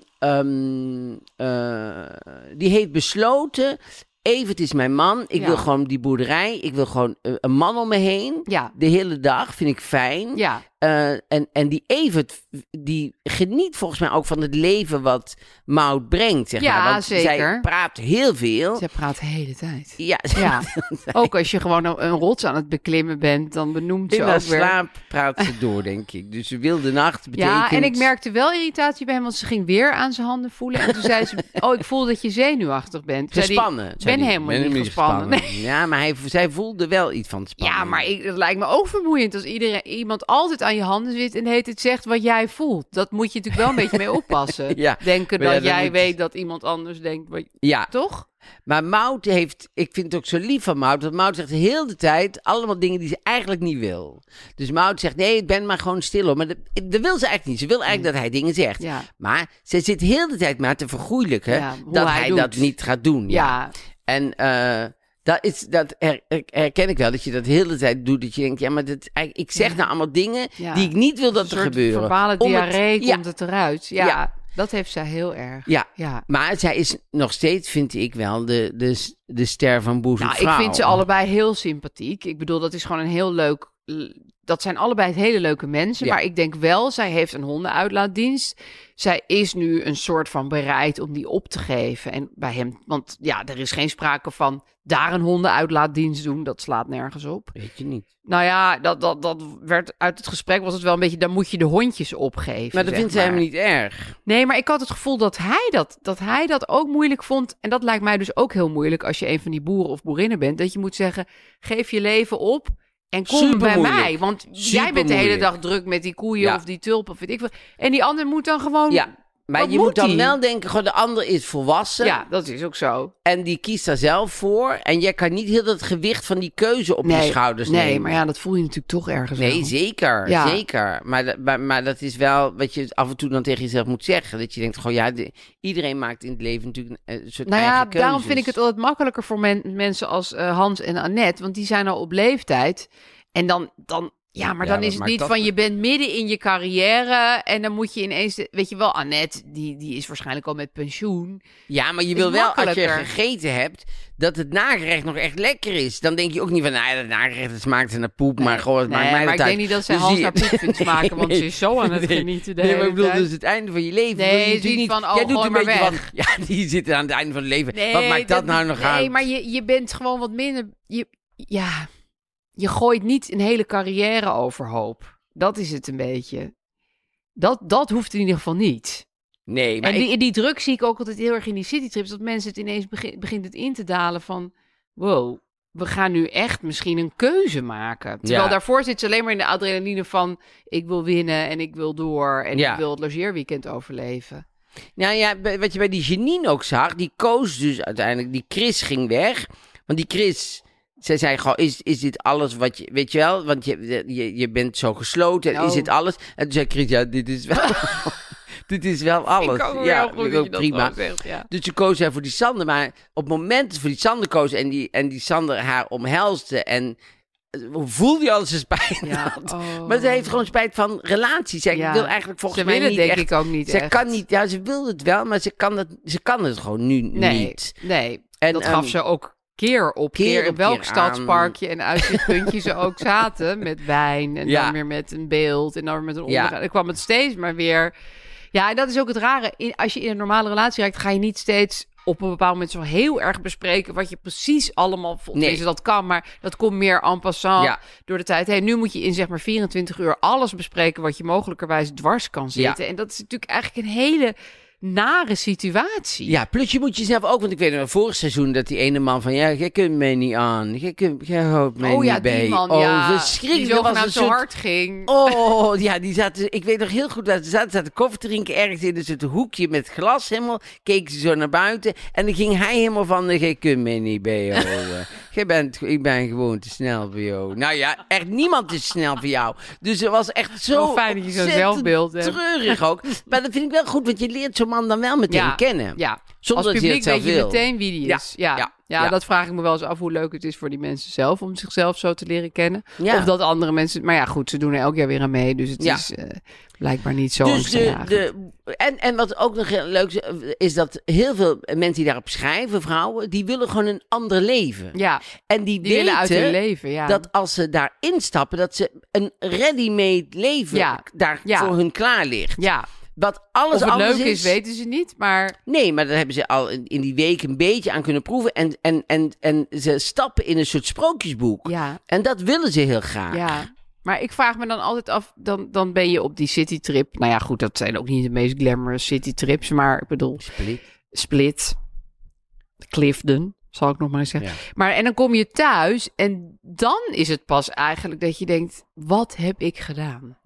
E: ehm, eh, die heeft besloten... Evert is mijn man. Ik
D: Ja.
E: wil gewoon die boerderij. Ik wil gewoon eh, een man om me heen.
D: Ja.
E: De hele dag vind ik fijn.
D: Ja.
E: Eh, en, en die Evert, die geniet volgens mij ook van het leven wat Maud brengt. Zeg
D: Ja,
E: maar. Want Zij
D: zeker.
E: praat heel veel.
D: Zij praat de hele tijd.
E: Ja,
D: Ja. ook als je gewoon een een rots aan het beklimmen bent, dan benoemt ze
E: in haar
D: ook weer.
E: slaap praat ze door, denk ik. Dus ze wilde nacht betekent...
D: Ja, en ik merkte wel irritatie bij hem, want ze ging weer aan zijn handen voelen. En toen zei ze, oh, ik voel dat je zenuwachtig bent. Zei die,
E: Gespannen.
D: Ik
E: zei
D: ben
E: die.
D: helemaal niet gespannen. Nee.
E: Ja, maar hij, zij voelde wel iets van spanning.
D: Ja, maar ik, het lijkt me ook vermoeiend als iedereen, iemand altijd aan je handen zit en de hele tijd zegt wat jij voelt. Dat moet je natuurlijk wel een beetje mee oppassen.
E: Ja,
D: Denken
E: maar
D: dat
E: ja, dan
D: jij
E: moet-
D: weet dat iemand anders denkt, wat,
E: Ja,
D: toch?
E: maar Maud heeft... Ik vind het ook zo lief van Maud. Want Maud zegt heel de tijd allemaal dingen die ze eigenlijk niet wil. Dus Maud zegt, nee, ik ben maar gewoon stil. Hoor. Maar dat, dat wil ze eigenlijk niet. Ze wil eigenlijk dat hij dingen zegt.
D: Mm. Ja.
E: Maar ze zit heel de tijd maar te vergoeilijken...
D: Ja, hoe
E: dat
D: hij
E: hij,
D: doet.
E: dat niet gaat doen. ja.
D: Ja,
E: En eh, dat, is, dat her- her- herken ik wel, dat je dat de hele tijd doet. Dat je denkt, ja, maar dat, eigenlijk- ik zeg nou allemaal dingen
D: Ja.
E: die ik niet wil dat
D: een
E: er
D: soort
E: gebeuren.
D: verbale
E: Om het-
D: diarree
E: ja,
D: komt het eruit. Ja,
E: Ja.
D: dat heeft zij heel erg.
E: ja.
D: Ja.
E: maar zij is nog steeds, vind ik wel, de, de, de ster van Boezem
D: Nou, ik vind ze allebei heel sympathiek. Ik bedoel, dat is gewoon een heel leuk... Dat zijn allebei hele leuke mensen.
E: Ja.
D: Maar ik denk wel, zij heeft een hondenuitlaatdienst. Zij is nu een soort van bereid om die op te geven. En bij hem... Want ja, er is geen sprake van daar een hondenuitlaatdienst doen. Dat slaat nergens op.
E: Weet je niet.
D: Nou ja, dat, dat, dat werd uit het gesprek was het wel een beetje... Daar moet je de hondjes opgeven.
E: Maar dat
D: zeg
E: vindt zij
D: maar.
E: hem niet erg.
D: Nee, maar ik had het gevoel dat hij dat, dat hij dat ook moeilijk vond. En dat lijkt mij dus ook heel moeilijk als je een van die boeren of boerinnen bent. Dat je moet zeggen, geef je leven op en kom bij
E: Supermoeilijk.
D: mij. Want jij bent de
E: Supermoeilijk.
D: hele dag druk met die koeien
E: Ja.
D: of die tulpen of weet ik veel. En die ander moet dan gewoon...
E: Ja, maar
D: Wat
E: je
D: moet
E: moet dan
D: die?
E: wel denken, gewoon de ander is volwassen.
D: Ja, dat is ook zo.
E: En die kiest daar zelf voor. En jij kan niet heel dat gewicht van die keuze op je schouders
D: nee,
E: nemen.
D: maar ja, dat voel je natuurlijk toch ergens
E: Nee,
D: wel.
E: zeker.
D: Ja.
E: Zeker. Maar, dat- maar, maar dat is wel wat je af en toe dan tegen jezelf moet zeggen. Dat je denkt, gewoon ja, de- iedereen maakt in het leven natuurlijk een eh, soort
D: Nou ja,
E: eigen keuzes.
D: daarom vind ik het altijd makkelijker voor men- mensen als eh, Hans en Annette. Want die zijn al op leeftijd. En dan, dan ja, maar
E: Ja,
D: dan
E: dat
D: is het
E: maakt
D: niet
E: dat-
D: van je bent midden in je carrière. En dan moet je ineens, de- weet je wel, Annette, die, die is waarschijnlijk al met pensioen.
E: Ja, maar je
D: is
E: wil wel, als je
D: makkelijker.
E: gegeten hebt, dat het nagerecht nog echt lekker is. Dan denk je ook niet van, nou ja, dat nagerecht dat smaakt naar poep, maar gewoon, het
D: Nee,
E: maakt mij
D: maar
E: dat
D: ik
E: uit.
D: denk niet dat zij
E: Dus
D: Hans
E: die-
D: naar poep vindt smaken, want ze is zo aan het
E: Nee.
D: genieten de
E: Nee, maar
D: hele
E: ik bedoel,
D: tijd.
E: dus het einde van je leven.
D: Nee,
E: wil je
D: het is
E: natuurlijk
D: niet van, oh,
E: jij doet
D: gooi
E: een
D: maar
E: beetje
D: weg.
E: Van, ja, die zitten aan het einde van het leven.
D: Nee,
E: Wat maakt dat, nou nog
D: nee,
E: uit?
D: maar je, je bent gewoon wat minder. Je, ja, je gooit niet een hele carrière overhoop. Dat is het een beetje. Dat, dat hoeft in ieder geval niet.
E: Nee, maar
D: en
E: ik-
D: die, die druk zie ik ook altijd heel erg in die citytrips. Dat mensen het ineens begin, begint het in te dalen van... Wow, we gaan nu echt misschien een keuze maken. Terwijl
E: Ja.
D: daarvoor zit ze alleen maar in de adrenaline van... Ik wil winnen en ik wil door en
E: Ja.
D: ik wil het logeerweekend overleven.
E: Nou ja, bij- wat je bij die Janine ook zag, die koos dus uiteindelijk, die Chris ging weg. Want die Chris, zij zei gewoon, is, is dit alles wat je, weet je wel, want je, je, je bent zo gesloten,
D: Oh.
E: is dit alles? En toen zei Chris, ja, dit is wel, dit is wel alles. ja, vind ik ook prima.
D: ja.
E: Dus ze koos hij voor die Sander. Maar op het moment dat ze voor die Sander koos en die, en die Sander haar omhelsde. En eh, voelde je al dat ze spijt
D: Ja,
E: had.
D: oh.
E: Maar ze heeft gewoon spijt van relaties. Zij
D: Ja.
E: wil eigenlijk volgens
D: Ze
E: mij
D: wil het
E: niet
D: denk
E: echt-
D: ik ook niet
E: Ze
D: echt.
E: kan niet. Ja, ze wil het wel, maar ze kan het, ze kan het gewoon nu
D: Nee,
E: niet.
D: nee.
E: En,
D: dat gaf
E: ehm,
D: ze ook keer op keer,
E: keer
D: in
E: op
D: welk
E: keer aan.
D: stadsparkje en uitzichtpuntje ze ook zaten met wijn en
E: Ja.
D: dan weer met een beeld en dan weer met een
E: Ja.
D: ondergaan. Dan kwam het steeds maar weer. Ja, en dat is ook het rare. In- als je in een normale relatie raakt, ga je niet steeds op een bepaald moment zo heel erg bespreken wat je precies allemaal voelt.
E: Nee.
D: Nee. dat kan, maar dat komt meer en passant
E: Ja.
D: door de tijd. Hey, nu moet je in zeg maar 24 uur alles bespreken wat je mogelijkerwijs dwars kan zitten. En dat is natuurlijk eigenlijk een hele nare situatie.
E: Ja, plus je moet jezelf ook, want ik weet nog, vorig seizoen dat die ene man van, ja, jij kunt mij niet aan, jij, kunt, jij houdt mij
D: oh ja,
E: niet bij.
D: die man,
E: oh,
D: ja.
E: verschrikkelijk.
D: Die
E: Dat was
D: zogenaamd
E: een
D: zo
E: soort-
D: hard ging.
E: Oh, ja, die zaten, ik weet nog heel goed dat ze zaten, zaten koffie te drinken ergens in een soort hoekje met glas helemaal. Keken ze zo naar buiten en dan ging hij helemaal van, eh, jij kunt mij niet bij jou. eh. Jij bent, ik ben gewoon te snel voor jou. Nou ja, echt niemand is snel voor jou. Dus het was echt zo
D: Wel fijn dat je zo'n
E: ontzettend
D: zelfbeeld hebt.
E: treurig ook. Maar dat vind ik wel goed, want je leert zo man dan wel meteen
D: Ja.
E: kennen.
D: Ja, als
E: Zonder dat hij
D: publiek
E: het zelf
D: weet je
E: wil.
D: meteen wie die
E: Ja,
D: is. Ja.
E: ja,
D: Ja,
E: ja.
D: dat vraag ik me wel eens af hoe leuk het is voor die mensen zelf om zichzelf zo te leren kennen.
E: Ja.
D: Of dat andere mensen... Maar ja, goed, ze doen er elk jaar weer aan mee. Dus het
E: Ja.
D: is eh, blijkbaar niet zo
E: Dus de,
D: angstaanjagend.
E: de, en, en wat ook nog heel leuk is, is dat heel veel mensen die daarop schrijven, vrouwen, die willen gewoon een ander leven.
D: Ja,
E: En die,
D: die willen uit hun
E: weten
D: leven, ja.
E: dat als ze daar instappen, dat ze een ready-made leven
D: Ja.
E: daar
D: Ja.
E: voor hun klaar ligt.
D: ja.
E: Wat alles
D: Of het
E: anders
D: leuk is, weten ze niet, maar...
E: Nee, maar daar hebben ze al in in die week een beetje aan kunnen proeven. En, en, en, en ze stappen in een soort sprookjesboek.
D: Ja,
E: En dat willen ze heel graag.
D: ja. Maar ik vraag me dan altijd af, dan, dan ben je op die citytrip. Nou ja, goed, dat zijn ook niet de meest glamorous citytrips, maar ik bedoel...
E: Split.
D: Split, Clifton, zal ik nog maar eens zeggen.
E: Ja.
D: Maar en dan kom je thuis en dan is het pas eigenlijk dat je denkt: wat heb ik gedaan?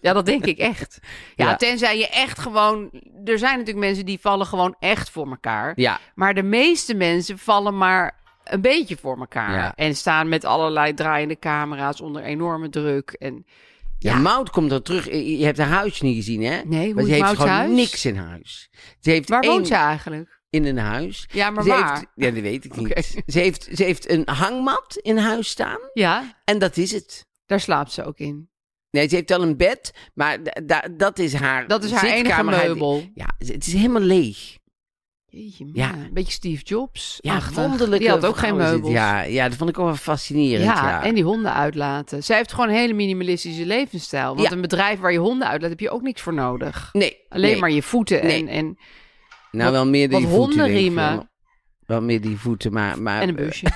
D: ja, dat denk ik echt. Ja,
E: Ja.
D: tenzij je echt gewoon. Er zijn natuurlijk mensen die vallen gewoon echt voor elkaar.
E: Ja.
D: Maar de meeste mensen vallen maar een beetje voor elkaar
E: Ja.
D: en staan met allerlei draaiende camera's onder enorme druk en
E: Ja, Maud komt er terug. Je je hebt haar huis niet gezien, hè?
D: Nee, hoe
E: maar
D: is
E: ze heeft
D: Maud's
E: gewoon
D: huis?
E: niks in huis. Ze heeft
D: waar
E: één
D: woont ze eigenlijk?
E: in een huis.
D: Ja, maar
E: ze
D: waar?
E: Heeft, ja, dat weet ik niet.
D: Oké.
E: Ze, heeft, ze heeft een hangmat in huis staan.
D: Ja,
E: En dat is het.
D: daar slaapt ze ook in.
E: Nee, ze heeft wel een bed, maar da- da- dat is haar
D: Dat is haar enige
E: zitkamer, haar-
D: meubel.
E: Ja, ze- het is helemaal leeg.
D: Jeetje,
E: Ja.
D: ja. Een beetje Steve Jobs.
E: Ja,
D: achtig.
E: wonderlijke
D: Die had ook geen
E: vrouw is het.
D: meubels.
E: Ja, ja, dat vond ik ook wel fascinerend. Ja,
D: Ja, en die honden uitlaten. Zij heeft gewoon een hele minimalistische levensstijl. Want
E: Ja.
D: een bedrijf waar je honden uitlaat, heb je ook niks voor nodig.
E: Nee,
D: Alleen
E: nee.
D: maar je voeten en,
E: Nee.
D: en,
E: Nou,
D: wat-
E: wel meer die
D: wat
E: voeten. denk ik
D: hondenriemen.
E: wel. Wel meer die voeten, maar... maar
D: en een busje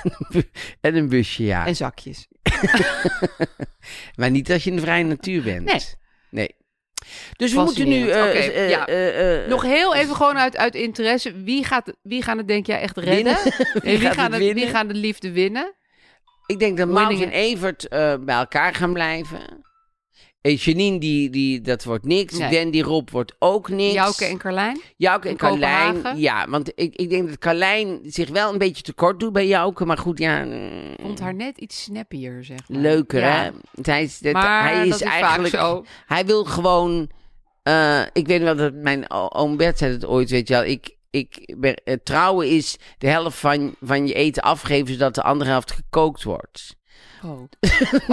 E: en een busje, ja.
D: en zakjes.
E: Maar niet als je in de vrije natuur bent.
D: Nee.
E: Nee. Dus we moeten nu... eh,
D: Oké,
E: eh,
D: ja.
E: eh, eh,
D: Nog heel even gewoon uit, uit interesse. Wie, gaat, wie gaan het denk jij echt redden?
E: Winnen?
D: Nee, wie,
E: gaat
D: gaan
E: het
D: het,
E: winnen?
D: wie gaan de liefde winnen?
E: Ik denk dat Maud en
D: Winningen.
E: Evert eh, bij elkaar gaan blijven. Eh, Janine, die, die, dat wordt niks.
D: Nee.
E: Dan die Rob wordt ook niks. Mm.
D: Jouke en Carlijn?
E: Jouke en
D: in
E: Carlijn.
D: Kopenhagen.
E: Ja, want ik, ik denk dat Carlijn zich wel een beetje tekort doet bij Jouke. Maar goed, ja... mm,
D: Vond haar net iets snappier, zeg maar.
E: Leuker,
D: Ja.
E: hè? Want Hij is, dat-
D: Maar
E: hij is,
D: dat is vaak
E: eigenlijk...
D: zo.
E: Hij wil gewoon... eh, ik weet wel dat mijn o- oom Bert zei het ooit, weet je wel. Ik, ik ben, eh, trouwen is de helft van, van je eten afgeven... zodat de andere helft gekookt wordt.
D: Oh.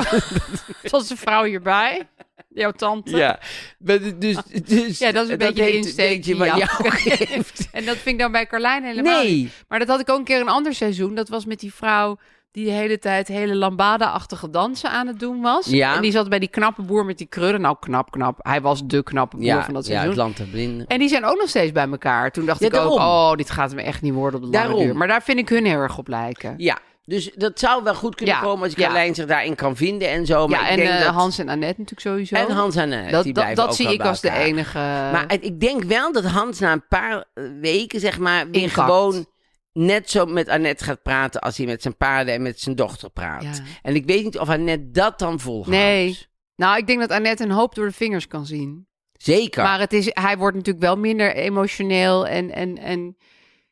D: Was de vrouw hierbij? Jouw tante?
E: Ja, maar d- dus, dus...
D: Ja, dat is een beetje de
E: heeft-
D: insteek
E: weet je
D: die
E: wat
D: jou
E: jou geeft.
D: En dat vind ik dan bij Carlijn helemaal
E: Nee.
D: niet. Maar dat had ik ook een keer een ander seizoen. Dat was met die vrouw die de hele tijd hele lambada-achtige dansen aan het doen was.
E: Ja.
D: En die zat bij die knappe boer met die krullen. Nou, knap, knap. Hij was de knappe boer
E: Ja,
D: van dat
E: ja,
D: seizoen.
E: het land der blinden.
D: en die zijn ook nog steeds bij elkaar. Toen dacht
E: Ja,
D: ik ook,
E: daarom.
D: oh, dit gaat me echt niet worden op de lange
E: Daarom.
D: duur. Maar daar vind ik hun heel erg op lijken.
E: Ja, dus dat zou wel goed kunnen
D: Ja,
E: komen... als
D: ja.
E: Carlijn zich daarin kan vinden en zo. Maar
D: Ja,
E: ik
D: en
E: denk
D: eh,
E: dat...
D: Hans en Annette natuurlijk sowieso.
E: En Hans en Annette,
D: dat,
E: die
D: dat,
E: blijven
D: dat
E: ook
D: zie
E: wel
D: ik
E: bij
D: als de eh,
E: elkaar.
D: enige...
E: Maar het- ik denk wel dat Hans na een paar eh, weken, zeg maar, weer
D: Intact.
E: gewoon net zo met Annette gaat praten als hij met zijn paarden en met zijn dochter praat.
D: Ja.
E: En ik weet niet of Annette dat dan volhoudt.
D: Nee. Nou, ik denk dat Annette een hoop door de vingers kan zien.
E: Zeker.
D: Maar het is, hij wordt natuurlijk wel minder emotioneel en, en, en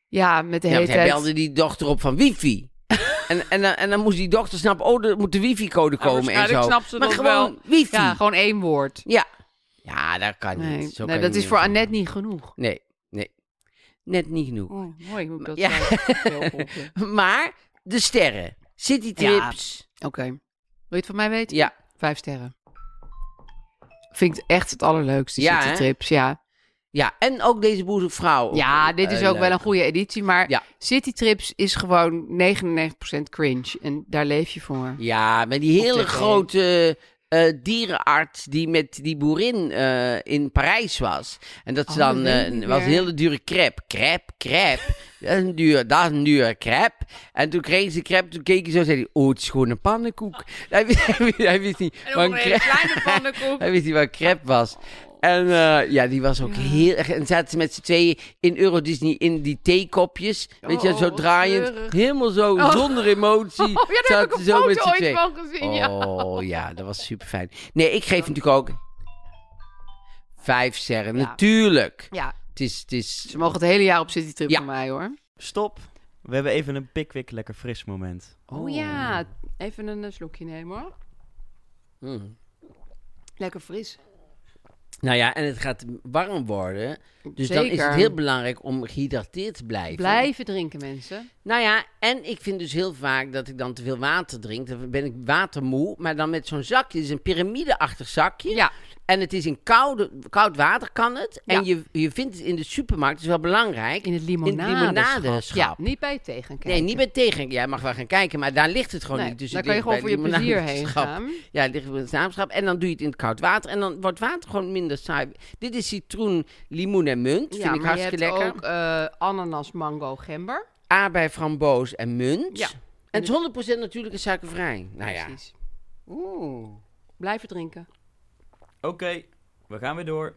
D: ja, met de
E: Ja,
D: hele
E: want hij
D: tijd.
E: belde die dochter op van wifi. en, en, dan- en dan moest die dochter snappen, oh, er moet de wifi-code komen en zo.
D: waarschijnlijk snapt ze
E: maar
D: dat
E: gewoon wifi.
D: Ja, gewoon één woord.
E: Ja. Ja, dat kan
D: Nee,
E: niet. Zo
D: nee,
E: kan
D: dat
E: je
D: is voor
E: niet.
D: Annette niet genoeg.
E: Nee, nee. Net niet genoeg.
D: Oh, mooi hoe ik dat
E: Ja.
D: zei. Heel oppie.
E: Maar de sterren. Citytrips.
D: Oké. Wil je het van mij weten?
E: Ja.
D: Vijf sterren. Vind ik echt het allerleukste,
E: Ja,
D: ja, citytrips. Ja,
E: Ja, en ook deze boerenvrouw.
D: ja dit is
E: eh,
D: ook wel
E: leuk.
D: een goede editie. Maar
E: Ja.
D: citytrips is gewoon 99% cringe. En daar leef je voor.
E: Ja, met die hele
D: tv.
E: grote eh, dierenarts die met die boerin eh, in Parijs was. En dat ze
D: Oh,
E: dan,
D: dat weet
E: eh,
D: ik niet
E: was een
D: meer.
E: hele dure crepe. Crepe, crepe. Dat is een duur, dat is een dure crepe. En toen kreeg ze crepe, toen keek hij zo en zei hij, oh, het is gewoon een pannenkoek. Hij wist, hij wist- hij wist niet wat een crepe,
D: kleine pannenkoek.
E: hij wist niet wat een crepe was. En eh, ja, die was ook heel erg... En zaten ze met z'n tweeën in Euro Disney in die theekopjes. Weet je,
D: Oh,
E: zo
D: wat
E: draaiend.
D: sleurig.
E: Helemaal zo,
D: Oh.
E: zonder emotie.
D: Oh, ja, daar heb ik
E: zaten
D: een
E: ze zo met
D: foto
E: z'n
D: ooit
E: tweeën.
D: van gezien. Ja.
E: Oh ja, dat was super fijn. Nee, ik geef natuurlijk ook vijf sterren.
D: Ja.
E: Natuurlijk.
D: ja,
E: Het is, het is.
D: ze mogen het hele jaar op citytrip
E: Ja.
D: van mij hoor.
F: Stop. We hebben even een Pickwick lekker fris moment.
D: Oh, ja, even een eh, slokje nemen hoor.
E: Mm.
D: Lekker fris.
E: Nou ja, en het gaat warm worden. Dus dan is
D: Zeker.
E: het heel belangrijk om gehydrateerd te blijven.
D: Blijven drinken, mensen.
E: Nou ja, en ik vind dus heel vaak dat ik dan te veel water drink. Dan ben ik watermoe, maar dan met zo'n zakje. Het is een piramideachtig zakje.
D: Ja.
E: En het is in koude, koud water kan het. En
D: Ja.
E: je, je vindt het in de supermarkt, dat is wel belangrijk.
D: In het limonadeschap.
E: limonadeschap.
D: Ja, niet bij het tegenkijken.
E: Nee, niet bij tegen. Jij mag wel gaan kijken, maar daar ligt het gewoon
D: Nee,
E: niet. Dus
D: daar
E: het
D: kan je
E: ligt
D: gewoon voor je
E: bij het
D: plezier heen
E: limonadeschap.
D: gaan.
E: Ja, het ligt bij het naamschap. En dan doe je het in het koud water. En dan wordt water gewoon minder saai. Dit is citroen, limoen en munt.
D: Ja,
E: vind ik
D: maar je
E: hartstikke
D: hebt
E: lekker.
D: ook eh, ananas, mango, gember.
E: aardbei, framboos en munt.
D: Ja.
E: En het is 100% natuurlijk is suikervrij. Nou ja.
D: Precies.
E: Oeh.
D: Blijven drinken.
F: Oké, we gaan weer door.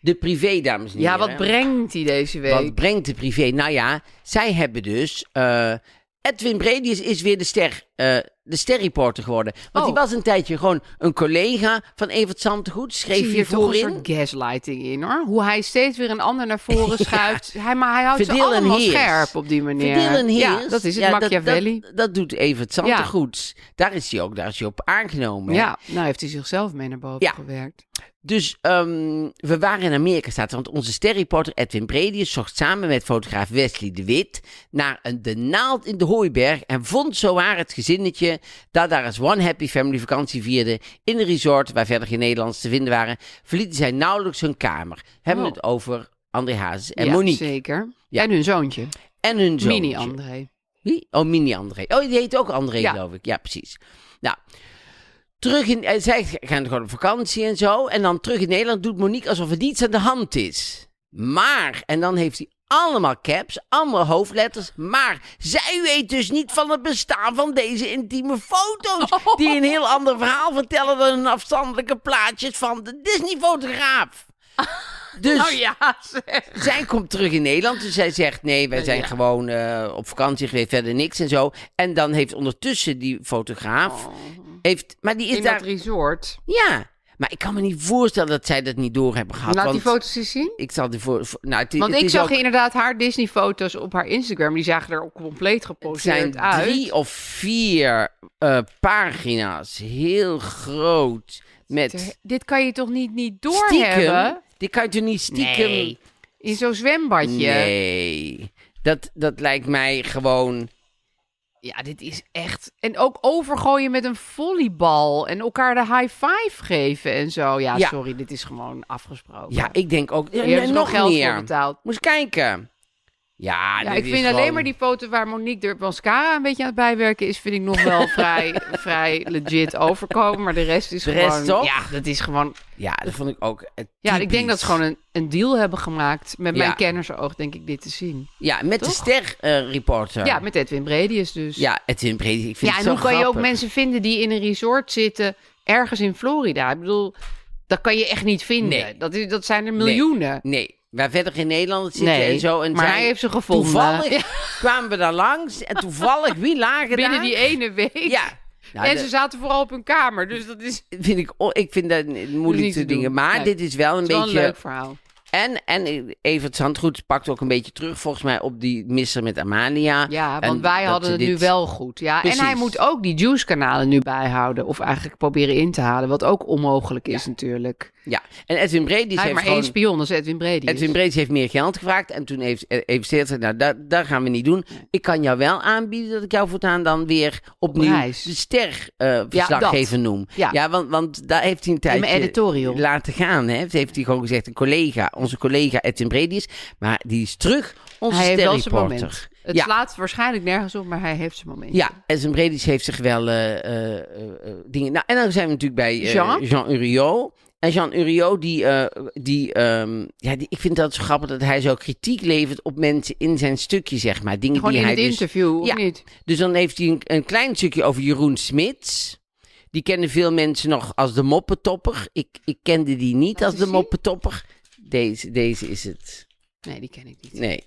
E: De privé, dames en heren.
D: Ja, wat brengt hij deze week?
E: Wat brengt de privé? Nou ja, zij hebben dus... eh, Edwin Bredius is weer de ster... eh, de sterreporter geworden. Want
D: Oh.
E: die was een tijdje gewoon een collega van Evert Zantegoed.
D: Ik
E: Schreef
D: zie hier toch
E: hiervoor
D: een
E: in.
D: soort gaslighting in, hoor. Hoe hij steeds weer een ander naar voren schuift. Hij, maar hij houdt
E: Verdeel
D: ze
E: en
D: allemaal
E: heers.
D: scherp op die manier.
E: Verdeel en
D: Ja,
E: heers.
D: dat is het,
E: Ja,
D: Machiavelli.
E: Dat, dat doet Evert Zantegoed. Daar is hij ook. Daar is hij op aangenomen. hè.
D: ja, nou heeft hij zichzelf mee naar boven
E: Ja.
D: gewerkt.
E: Dus ehm, we waren in Amerika staat, want onze sterreporter Edwin Bredius zocht samen met fotograaf Wesley de Wit naar een, de naald in de hooiberg en vond zowaar het gezinnetje dat daar als One Happy Family vakantie vierde in een resort waar verder geen Nederlands te vinden waren, verlieten zij nauwelijks hun kamer. Hebben we
D: Oh.
E: het over André Hazes en
D: ja,
E: Monique
D: Zeker.
E: Ja.
D: En hun zoontje.
E: en hun zoon.
D: Mini André.
E: Wie? Oh, Mini André. Oh, die heet ook André,
D: Ja.
E: geloof ik. Ja, precies. Nou, terug in... eh, Zij gaan gewoon op vakantie en zo. En dan terug in Nederland doet Monique alsof er niets aan de hand is. Maar, en dan heeft hij allemaal caps, allemaal hoofdletters. Maar, zij weet dus niet van het bestaan van deze intieme foto's.
D: Oh.
E: Die een heel ander verhaal vertellen dan hun afstandelijke plaatjes van de Disney-fotograaf. Dus
D: Oh ja, zeg.
E: zij komt terug in Nederland. Dus zij zegt: Nee, wij zijn
D: Ja.
E: gewoon eh, op vakantie geweest, verder niks en zo. En dan heeft ondertussen die
D: Oh.
E: fotograaf. Heeft, maar die is
D: In
E: daar.
D: dat resort.
E: Ja, maar ik kan me niet voorstellen dat zij dat niet door hebben gehad.
D: Laat
E: want
D: die foto's eens zien.
E: Ik zal die voor. voor- nou, het,
D: Want
E: het
D: ik
E: is
D: zag
E: ook-
D: inderdaad haar Disney-foto's op haar Instagram. Die zagen er ook compleet
E: het
D: geposeerd
E: zijn
D: uit.
E: drie of vier eh, pagina's. Heel groot. Met
D: Dit kan je toch niet, niet
E: stiekem.
D: doorhebben?
E: Die kan je toch niet stiekem.
D: Nee. In zo'n zwembadje.
E: Nee. Dat, dat lijkt mij gewoon.
D: Ja, dit is echt... En ook overgooien met een volleybal. En elkaar de high five geven en zo. Ja,
E: Ja.
D: sorry, dit is gewoon afgesproken.
E: Ja, ik denk ook.
D: Hier
E: en
D: hebben ze
E: nog
D: geld
E: meer.
D: voor betaald.
E: Moest kijken. Ja,
D: Ja,
E: dit
D: ik
E: is
D: vind alleen
E: gewoon-
D: maar die foto waar Monique de mascara een beetje aan het bijwerken is, vind ik nog wel vrij, vrij legit overkomen. Maar de rest is
E: De rest
D: gewoon...
E: toch?
D: Ja, dat is gewoon...
E: Ja, dat vond ik ook. eh,
D: Ja, ik
E: typisch.
D: denk dat ze gewoon een, een deal hebben gemaakt. Met
E: Ja.
D: mijn kennersoog denk ik dit te zien.
E: Ja, met de
D: Toch?
E: ster-reporter.
D: Ja, met Edwin Bredius dus.
E: ja, het is een breed. Ik vind
D: Ja,
E: het
D: en
E: zo
D: hoe kan je ook
E: grappig.
D: mensen vinden die in een resort zitten ergens in Florida? Ik bedoel, dat kan je echt niet vinden.
E: Nee.
D: Dat, is, dat zijn er miljoenen.
E: Nee, waar verder geen Nederlanders zitten
D: Nee,
E: en zo. En
D: maar
E: zij-
D: hij heeft ze gevonden.
E: Toevallig kwamen we daar langs. En toevallig, wie lagen
D: Binnen
E: daar?
D: die ene week.
E: Ja. Nou,
D: en
E: dat
D: ze zaten vooral op hun kamer. Dus dat is,
E: vind ik, o- ik vind dat
D: niet
E: moeilijke
D: te
E: dingen.
D: doen.
E: Maar
D: Nee.
E: dit is wel een
D: wel een
E: beetje...
D: leuk verhaal.
E: En, en Evert Zandgoed pakt ook een beetje terug, volgens mij, op die misser met Amalia.
D: Ja,
E: Ah, En
D: want wij
E: dat
D: hadden
E: ze
D: het
E: dit-
D: nu wel goed. Ja. En hij
E: Precies.
D: moet ook die juice-kanalen nu bijhouden. Of eigenlijk proberen in te halen. Wat ook onmogelijk is natuurlijk.
E: Ja, en Edwin Bredius
D: Hij heeft
E: heeft
D: maar
E: gewoon...
D: één spion, dat is Edwin Brady.
E: Edwin Breeds heeft meer geld gevraagd. En toen heeft eh, Evert Steels gezegd, nou, dat, dat gaan we niet doen. Ik kan jou wel aanbieden dat ik jou voortaan dan weer opnieuw
D: reis.
E: de ster eh verslaggever noem.
D: Ja.
E: want, want daar heeft hij een tijdje
D: mijn editorial.
E: laten gaan. Hè. Dat heeft hij gewoon gezegd, een collega, onze collega Edwin Bredius. Maar die is terug, onze
D: hij heeft wel zijn
E: sterreporter.
D: moment. Het
E: ja.
D: slaat waarschijnlijk nergens op, maar hij heeft zijn moment.
E: Ja, Edwin Bredius heeft zich wel eh, eh, eh, dingen... Nou, en dan zijn we natuurlijk bij eh,
D: Jean?
E: Jean Uriot. En Jean Uriot, die, eh, die, ehm, ja, die, ik vind dat zo grappig dat hij zo kritiek levert op mensen in zijn stukje, zeg maar. Dingen
D: Gewoon
E: die
D: in
E: hij
D: het
E: dus,
D: interview, of
E: Ja.
D: niet?
E: dus dan heeft hij een, een klein stukje over Jeroen Smits. Die kennen veel mensen nog als de moppetopper. Ik, ik kende die niet
D: Laat
E: als
D: eens
E: de
D: zien.
E: moppetopper. Deze, deze is het.
D: Nee, die ken ik niet.
E: Nee.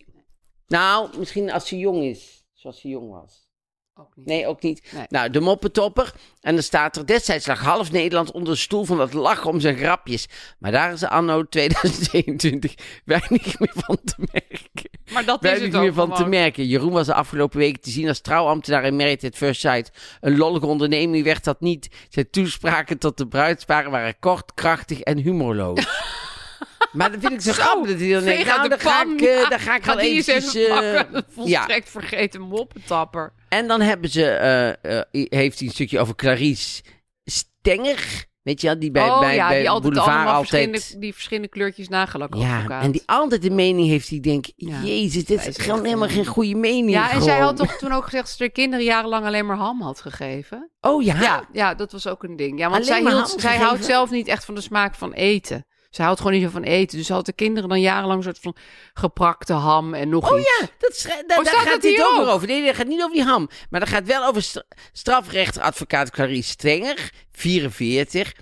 E: Nou, misschien als ze jong is. Zoals ze jong was.
D: Ook niet.
E: Nee, ook niet.
D: Nee.
E: Nou, de moppetopper. En dan staat er destijds lag half Nederland onder de stoel van dat lachen om zijn grapjes. Maar daar is anno 2022 weinig meer van te merken.
D: Maar dat
E: Wij
D: is
E: hebben
D: het
E: hier
D: ook
E: van te
D: gewoon.
E: merken. Jeroen was de afgelopen weken te zien als trouwambtenaar in Merit at First Sight. Een lollige onderneming werd dat niet. Zijn toespraken tot de bruidsparen waren kort, krachtig en humorloos. maar dat vind ik zo grappig. Dat hij dan denkt,
D: Veeg uit
E: nou,
D: de
E: dan ga
D: pan.
E: ik, eh,
D: Ja,
E: dan ga ik
D: ga
E: wel
D: die eens
E: eventjes...
D: even
E: eh,
D: pakken. Een volstrekt vergeten moppentapper.
E: En dan hebben ze, eh, eh, i- heeft hij een stukje over Clarice Stenger. Weet je wel, die bij,
D: oh
E: bij,
D: ja,
E: bij
D: die altijd
E: Boulevard
D: allemaal
E: altijd...
D: verschillende, die verschillende kleurtjes nagelak op
E: Ja,
D: elkaar.
E: en die altijd de mening heeft die denkt...
D: Ja,
E: Jezus, dit
D: zij
E: is
D: is
E: gewoon
D: echt
E: helemaal
D: een-
E: geen goede mening.
D: Ja, en zij
E: gewoon.
D: had toch toen ook gezegd dat ze de kinderen jarenlang alleen maar ham had gegeven.
E: Oh ja?
D: Ja, ja dat was ook een ding. Ja,
E: Alleen
D: want zij,
E: maar
D: hield,
E: ham
D: zij
E: gegeven?
D: houdt zelf niet echt van de smaak van eten. Zij houdt gewoon niet zo van eten. Dus ze had de kinderen dan jarenlang een soort van geprakte ham en nog
E: Oh
D: iets.
E: ja, dat schri- daar,
D: Oh,
E: daar
D: staat
E: gaat
D: dat
E: dit
D: hier
E: ook
D: ook?
E: weer over. Nee, dat gaat niet over die ham. Maar dat gaat wel over stra- strafrechtadvocaat Clarice Stenger, 44.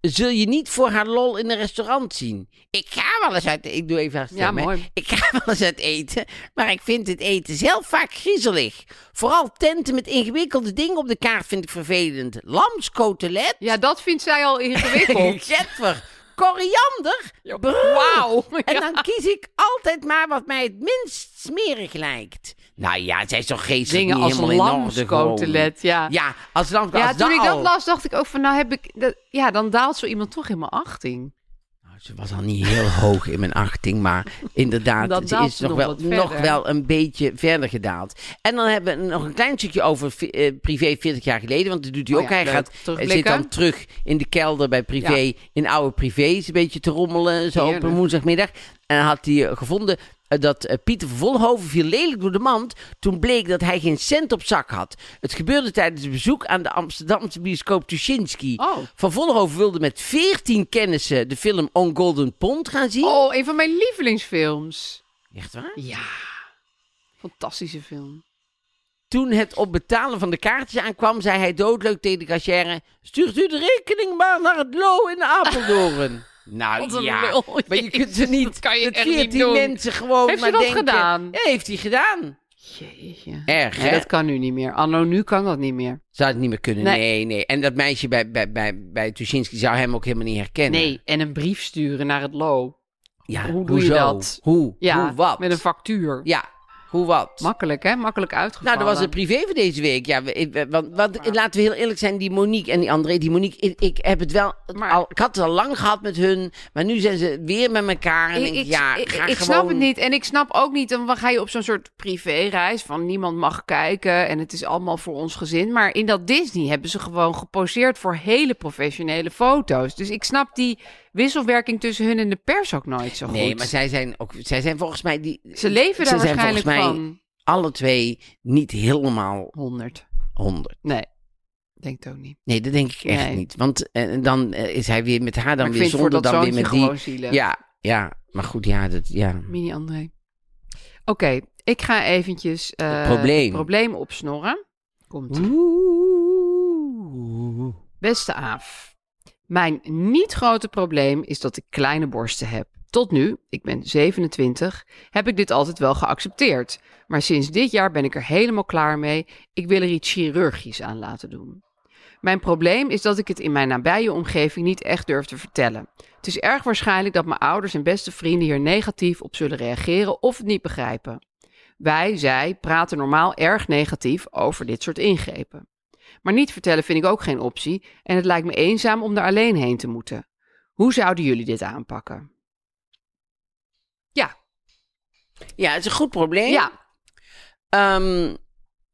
E: Zul je niet voor haar lol in een restaurant zien? Ik ga wel eens uit... Ik doe even haar stem,
D: Ja,
E: hè.
D: mooi.
E: Ik ga wel eens uit eten, maar ik vind het eten zelf vaak griezelig. Vooral tenten met ingewikkelde dingen op de kaart vind ik vervelend. Lamskotelet,
D: Ja, dat vindt zij al ingewikkeld.
E: getver, koriander, brrr.
D: Wauw.
E: En
D: Ja.
E: dan kies ik altijd maar wat mij het minst smerig lijkt. Nou ja, zij is toch geestelijk
D: Dingen
E: niet
D: als
E: helemaal in orde gewoon.
D: lamskotelet, ja.
E: Ja, als lamskotelet.
D: Ja,
E: als
D: toen ik dat
E: al-
D: las, dacht ik ook van, nou heb ik... Dat, ja, dan daalt zo iemand toch in mijn achting.
E: Nou, Ze was al niet heel hoog in mijn achting, maar inderdaad,
D: Dat
E: ze
D: daalt
E: is nog,
D: nog
E: wel,
D: wat verder.
E: nog wel een beetje verder gedaald. En dan hebben we nog een klein stukje over eh, privé 40 jaar geleden, want dat doet hij
D: Oh
E: ook.
D: ja,
E: hij
D: leuk.
E: gaat, hij
D: Terugblikken.
E: zit dan terug in de kelder bij privé,
D: Ja.
E: in oude privés, een beetje te rommelen, zo op
D: Heerlijk.
E: een woensdagmiddag. En dan had hij eh, gevonden eh, dat eh, Pieter van Volhoven viel lelijk door de mand toen bleek dat hij geen cent op zak had. Het gebeurde tijdens een bezoek aan de Amsterdamse bioscoop Tuschinski.
D: Oh.
E: Van Vollenhoven wilde met 14 kennissen de film On Golden Pond gaan zien.
D: Oh, een van mijn lievelingsfilms.
E: Echt waar?
D: Ja. Fantastische film.
E: Toen het op betalen van de kaartjes aankwam, zei hij doodleuk tegen de cashier... Stuurt u de rekening maar naar het Lo in Apeldoorn. nou
D: Wat een
E: ja,
D: lul,
E: maar je kunt er
D: Jezus,
E: niet...
D: dat kan je
E: met
D: echt niet
E: 14
D: doen.
E: mensen gewoon
D: Heeft ze dat
E: maar denken-
D: gedaan?
E: Ja, heeft hij gedaan.
D: Jeetje.
E: Erg,
D: Ja,
E: hè?
D: dat kan nu niet meer. Anno nu kan dat niet meer.
E: Zou het niet meer kunnen, nee,
D: Nee.
E: nee. En dat meisje bij, bij, bij, bij Tuschinski zou hem ook helemaal niet herkennen.
D: Nee, en een brief sturen naar het LO.
E: Ja,
D: Hoe doe je
E: hoezo?
D: dat?
E: Hoe?
D: Ja,
E: Hoe wat?
D: met een factuur.
E: Ja, hoe wat?
D: Makkelijk, hè? Makkelijk
E: Nou,
D: uitgevallen.
E: dat was het privé voor deze week. Ja, we- we- want, want laten we heel eerlijk zijn, die Monique en die André, die Monique, ik, ik heb het wel,
D: Maar-
E: al, ik had het al lang gehad met hun, maar nu zijn ze weer met elkaar en
D: Ik,
E: denk ik,
D: ik-
E: ja,
D: ik,
E: ga
D: ik
E: gewoon...
D: snap het niet. En ik snap ook niet, dan ga je op zo'n soort privéreis van niemand mag kijken en het is allemaal voor ons gezin. Maar in dat Disney hebben ze gewoon geposeerd voor hele professionele foto's. Dus ik snap die wisselwerking tussen hun en de pers ook nooit zo goed.
E: Nee, maar zij zijn ook, zij zijn volgens mij die,
D: Ze leven
E: Ze
D: daar
E: zijn
D: waarschijnlijk
E: volgens mij-
D: van.
E: alle twee niet helemaal
D: 100.
E: 100.
D: Nee, denk het ook niet.
E: Nee, dat denk ik echt
D: Nee.
E: niet. Want en dan eh, is hij weer met haar, dan
D: maar ik
E: weer
D: vind voor
E: zonder,
D: dat
E: dan weer
D: zoontje
E: met die.
D: gewoon zielig.
E: Ja, ja, maar goed, ja, dat, ja.
D: Mini André. Oké, ik ga eventjes eh,
E: Het probleem.
D: het probleem opsnorren. Komt.
E: Oeh.
D: Beste Aaf, mijn niet grote probleem is dat ik kleine borsten heb. Tot nu, ik ben 27, heb ik dit altijd wel geaccepteerd. Maar sinds dit jaar ben ik er helemaal klaar mee. Ik wil er iets chirurgisch aan laten doen. Mijn probleem is dat ik het in mijn nabije omgeving niet echt durf te vertellen. Het is erg waarschijnlijk dat mijn ouders en beste vrienden hier negatief op zullen reageren of het niet begrijpen. Wij, zij, praten normaal erg negatief over dit soort ingrepen. Maar niet vertellen vind ik ook geen optie en het lijkt me eenzaam om er alleen heen te moeten. Hoe zouden jullie dit aanpakken? Ja,
E: Ja, het is een goed probleem.
D: ja,
E: Ehm,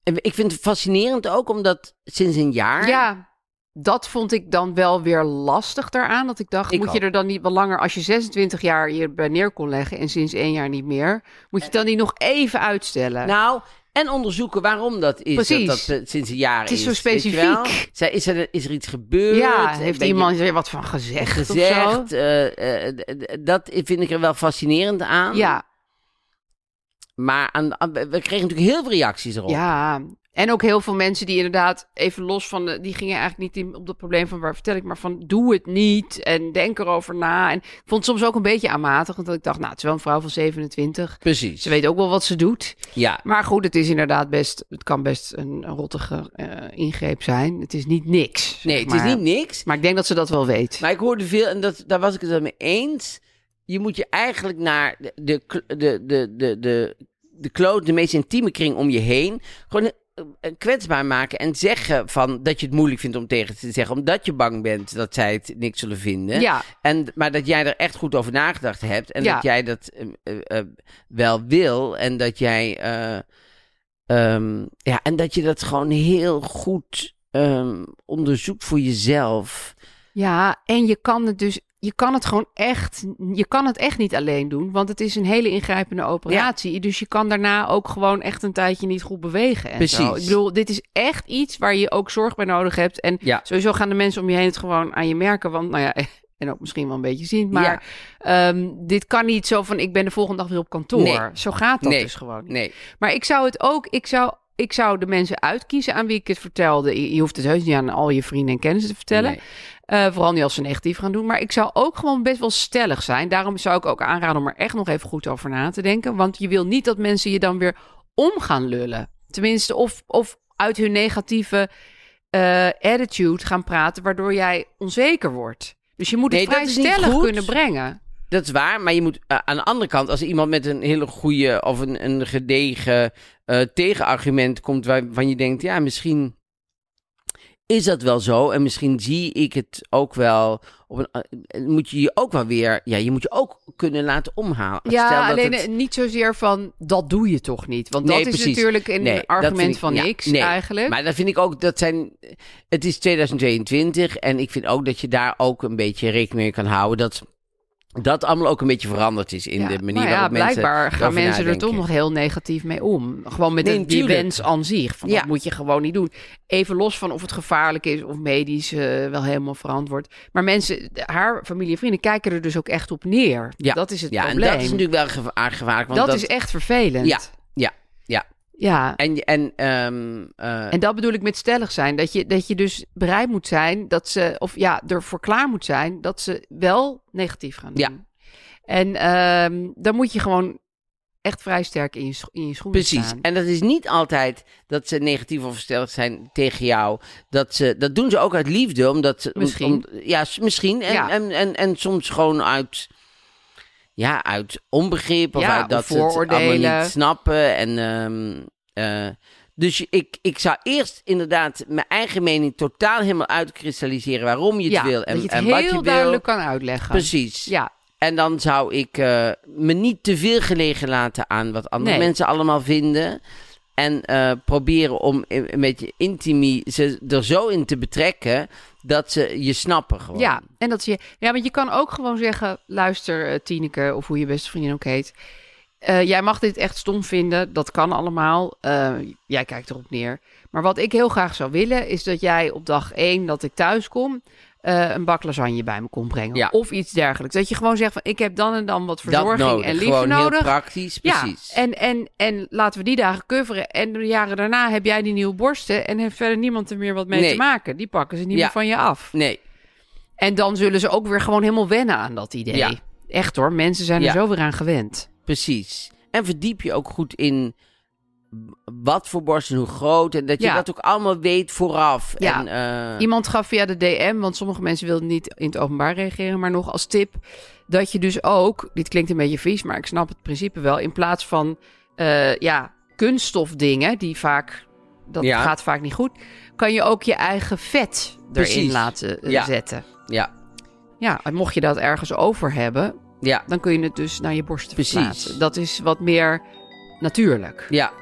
E: ik vind het fascinerend ook, omdat sinds een jaar...
D: ja. Dat vond ik dan wel weer lastig daaraan. Dat ik dacht,
E: Ik
D: moet je
E: ook.
D: er dan niet wel langer... als je 26 jaar hierbij neer kon leggen en sinds één jaar niet meer... moet je het dan niet nog even uitstellen?
E: Nou, en onderzoeken waarom dat is.
D: Precies.
E: Dat dat eh, sinds een jaar is.
D: Het is zo
E: weet je wel.
D: specifiek.
E: Zij- Is er, is er iets gebeurd?
D: ja,
E: Een
D: heeft
E: beetje
D: iemand er wat van gezegd, of zo?
E: gezegd? eh, eh, d- d- dat vind ik er wel fascinerend aan.
D: Ja,
E: Maar aan, aan- we kregen natuurlijk heel veel reacties erop.
D: Ja, en ook heel veel mensen die inderdaad even los van de, die gingen eigenlijk niet in, op dat probleem van waar vertel ik, maar van doe het niet en denk erover na. En ik vond het soms ook een beetje aanmatigend dat ik dacht, nou, het is wel een vrouw van 27.
E: Precies.
D: Ze weet ook wel wat ze doet.
E: Ja.
D: Maar goed, het is inderdaad best, het kan best een, een rottige eh, ingreep zijn. Het is niet niks. zeg
E: Nee, het
D: maar.
E: is niet niks.
D: Maar ik denk dat ze dat wel weet.
E: Maar ik hoorde veel, en dat, daar was ik het wel mee eens. Je moet je eigenlijk naar de, de, de, de, de, de de kloot, de meest intieme kring om je heen, gewoon eh, eh, kwetsbaar maken en zeggen van dat je het moeilijk vindt om tegen ze te zeggen, omdat je bang bent dat zij het niks zullen vinden.
D: Ja,
E: En, maar dat jij er echt goed over nagedacht hebt. En
D: Ja.
E: dat jij dat eh, eh, eh, wel wil. En dat jij. eh, ehm, ja, en dat je dat gewoon heel goed ehm, onderzoekt voor jezelf.
D: Ja, en je kan het dus, je kan het gewoon echt, je kan het echt niet alleen doen, want het is een hele ingrijpende operatie. Dus je kan daarna ook gewoon echt een tijdje niet goed bewegen. En
E: Precies.
D: Zo. Ik bedoel, dit is echt iets waar je ook zorg bij nodig hebt. En
E: Ja.
D: sowieso gaan de mensen om je heen het gewoon aan je merken, want nou ja. En ook misschien wel een beetje zien. Maar ehm, dit kan niet zo van: ik ben de volgende dag weer op kantoor.
E: Nee.
D: Zo gaat dat
E: Nee.
D: dus gewoon niet.
E: Nee.
D: Maar ik zou het ook, ik zou, ik zou de mensen uitkiezen aan wie ik het vertelde. Je je hoeft het heus niet aan al je vrienden en kennissen te vertellen.
E: Nee.
D: Eh, vooral niet als ze negatief gaan doen. Maar ik zou ook gewoon best wel stellig zijn. Daarom zou ik ook aanraden om er echt nog even goed over na te denken. Want je wil niet dat mensen je dan weer om gaan lullen. Tenminste, of, of uit hun negatieve eh, attitude gaan praten, waardoor jij onzeker wordt. Dus je moet het
E: Nee, dat
D: vrij
E: is niet
D: stellig
E: goed.
D: kunnen brengen.
E: Dat is waar, maar je moet eh, aan de andere kant, als iemand met een hele goede of een, een gedegen eh, tegenargument komt waarvan je denkt, ja, misschien is dat wel zo en misschien zie ik het ook wel. Op een, eh, moet je je ook wel weer, ja, je moet je ook kunnen laten omhalen. Stel
D: Ja,
E: dat
D: alleen
E: het-
D: eh, niet zozeer van dat doe je toch niet. Want
E: Nee,
D: dat is
E: precies.
D: natuurlijk een
E: Nee, dat
D: argument
E: vind ik-
D: van
E: ja,
D: niks
E: nee.
D: eigenlijk.
E: Maar dat vind ik ook, dat zijn. Het is 2022 en ik vind ook dat je daar ook een beetje rekening mee kan houden. Dat dat allemaal ook een beetje veranderd is in
D: Ja,
E: de manier
D: maar ja,
E: waarop mensen.
D: blijkbaar gaan
E: erover
D: mensen er
E: nadenken.
D: toch nog heel negatief mee om. Gewoon met
E: Nee,
D: een, die
E: tuurlijk.
D: wens aan zich. Van, Dat
E: Ja.
D: moet je gewoon niet doen. Even los van of het gevaarlijk is of medisch eh, wel helemaal verantwoord. Maar mensen, haar familie en vrienden kijken er dus ook echt op neer.
E: Ja,
D: Dat is het
E: Ja, en
D: probleem.
E: dat is natuurlijk wel gevaar, gevaarlijk. Want
D: Dat is echt vervelend.
E: Ja, ja, ja.
D: ja.
E: En, je- en, ehm, eh,
D: En dat bedoel ik met stellig zijn. Dat je, dat je dus bereid moet zijn dat ze, of ja, ervoor klaar moet zijn dat ze wel negatief gaan doen.
E: Ja.
D: En ehm, dan moet je gewoon echt vrij sterk in je, scho- in je schoenen
E: Precies.
D: staan.
E: En dat is niet altijd dat ze negatief of versteld zijn tegen jou. Dat, ze, dat doen ze ook uit liefde. Omdat ze, om-
D: Misschien.
E: om- ja, s- misschien. En,
D: Ja.
E: En, en, en soms gewoon uit, ja, uit onbegrip of
D: Ja,
E: uit dat ze het
D: vooroordelen.
E: allemaal niet snappen. En, ehm, eh, dus ik, ik zou eerst inderdaad mijn eigen mening totaal helemaal uitkristalliseren. Waarom je het
D: ja,
E: wil en,
D: dat je het
E: en
D: heel
E: wat je wil.
D: duidelijk kan uitleggen.
E: Precies.
D: Ja,
E: En dan zou ik eh, me niet te veel gelegen laten aan wat andere
D: Nee.
E: mensen allemaal vinden. En eh, proberen om i- een beetje intimie ze er zo in te betrekken dat ze je snappen gewoon.
D: ja, en dat je, ja, want je kan ook gewoon zeggen, luister eh, Tineke of hoe je beste vriendin ook heet. eh, jij mag dit echt stom vinden, dat kan allemaal. eh, jij kijkt erop neer. Maar wat ik heel graag zou willen, is dat jij op dag één dat ik thuis kom, eh, een bak lasagne bij me komt brengen.
E: Ja.
D: Of iets dergelijks. Dat je gewoon zegt van, ik heb dan en dan wat
E: dat
D: verzorging
E: nodig.
D: en liefde
E: gewoon
D: nodig.
E: heel praktisch, precies.
D: Ja, en, en, en laten we die dagen coveren. En de jaren daarna heb jij die nieuwe borsten en heeft verder niemand er meer wat mee
E: Nee.
D: te maken. Die pakken ze niet
E: Ja.
D: meer van je af.
E: Nee,
D: En dan zullen ze ook weer gewoon helemaal wennen aan dat idee.
E: Ja.
D: Echt hoor, mensen zijn
E: Ja.
D: er zo weer aan gewend.
E: precies. En verdiep je ook goed in wat voor borst en hoe groot. En dat je
D: Ja.
E: dat ook allemaal weet vooraf.
D: Ja.
E: En, eh,
D: Iemand gaf via de DM, want sommige mensen wilden niet in het openbaar reageren, maar nog als tip dat je dus ook, dit klinkt een beetje vies, maar ik snap het principe wel, in plaats van eh, ja, kunststofdingen, die vaak, dat
E: Ja.
D: gaat vaak niet goed, kan je ook je eigen vet erin
E: Precies.
D: laten eh,
E: Ja.
D: zetten.
E: ja,
D: Ja, en mocht je dat ergens over hebben,
E: ja,
D: dan kun je het dus naar je borsten
E: Precies.
D: verplaatsen. Dat is wat meer natuurlijk.
E: ja.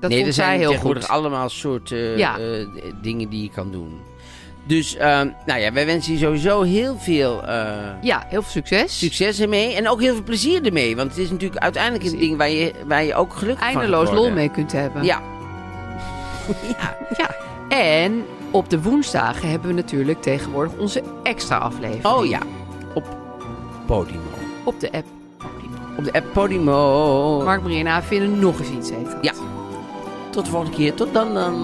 D: Dat
E: nee, er
D: vond zij
E: zijn
D: heel
E: tegenwoordig
D: goed.
E: allemaal soorten
D: Ja.
E: eh, d- dingen die je kan doen. Dus, ehm, nou ja, wij wensen je sowieso heel veel eh,
D: Ja, heel veel succes.
E: succes ermee. En ook heel veel plezier ermee. Want het is natuurlijk uiteindelijk een ding waar je, waar je ook gelukkig
D: Eindeloos
E: van
D: lol
E: gaat worden.
D: mee kunt hebben.
E: Ja,
D: ja. En op de woensdagen hebben we natuurlijk tegenwoordig onze extra aflevering.
E: oh ja. Op Podimo.
D: Op de app.
E: Op de app Podimo.
D: Mark, Marie en A vinden nog eens iets heet dat.
E: Ja. Tot de volgende keer. Tot dan dan.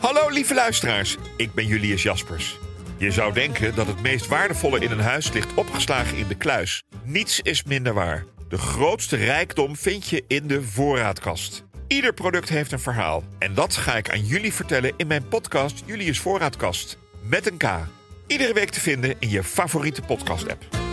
G: Hallo lieve luisteraars, ik ben Julius Jaspers. Je zou denken dat het meest waardevolle in een huis ligt opgeslagen in de kluis. Niets is minder waar. De grootste rijkdom vind je in de voorraadkast. Ieder product heeft een verhaal. En dat ga ik aan jullie vertellen in mijn podcast Julius Voorraadkast. Met een K. Iedere week te vinden in je favoriete podcast-app.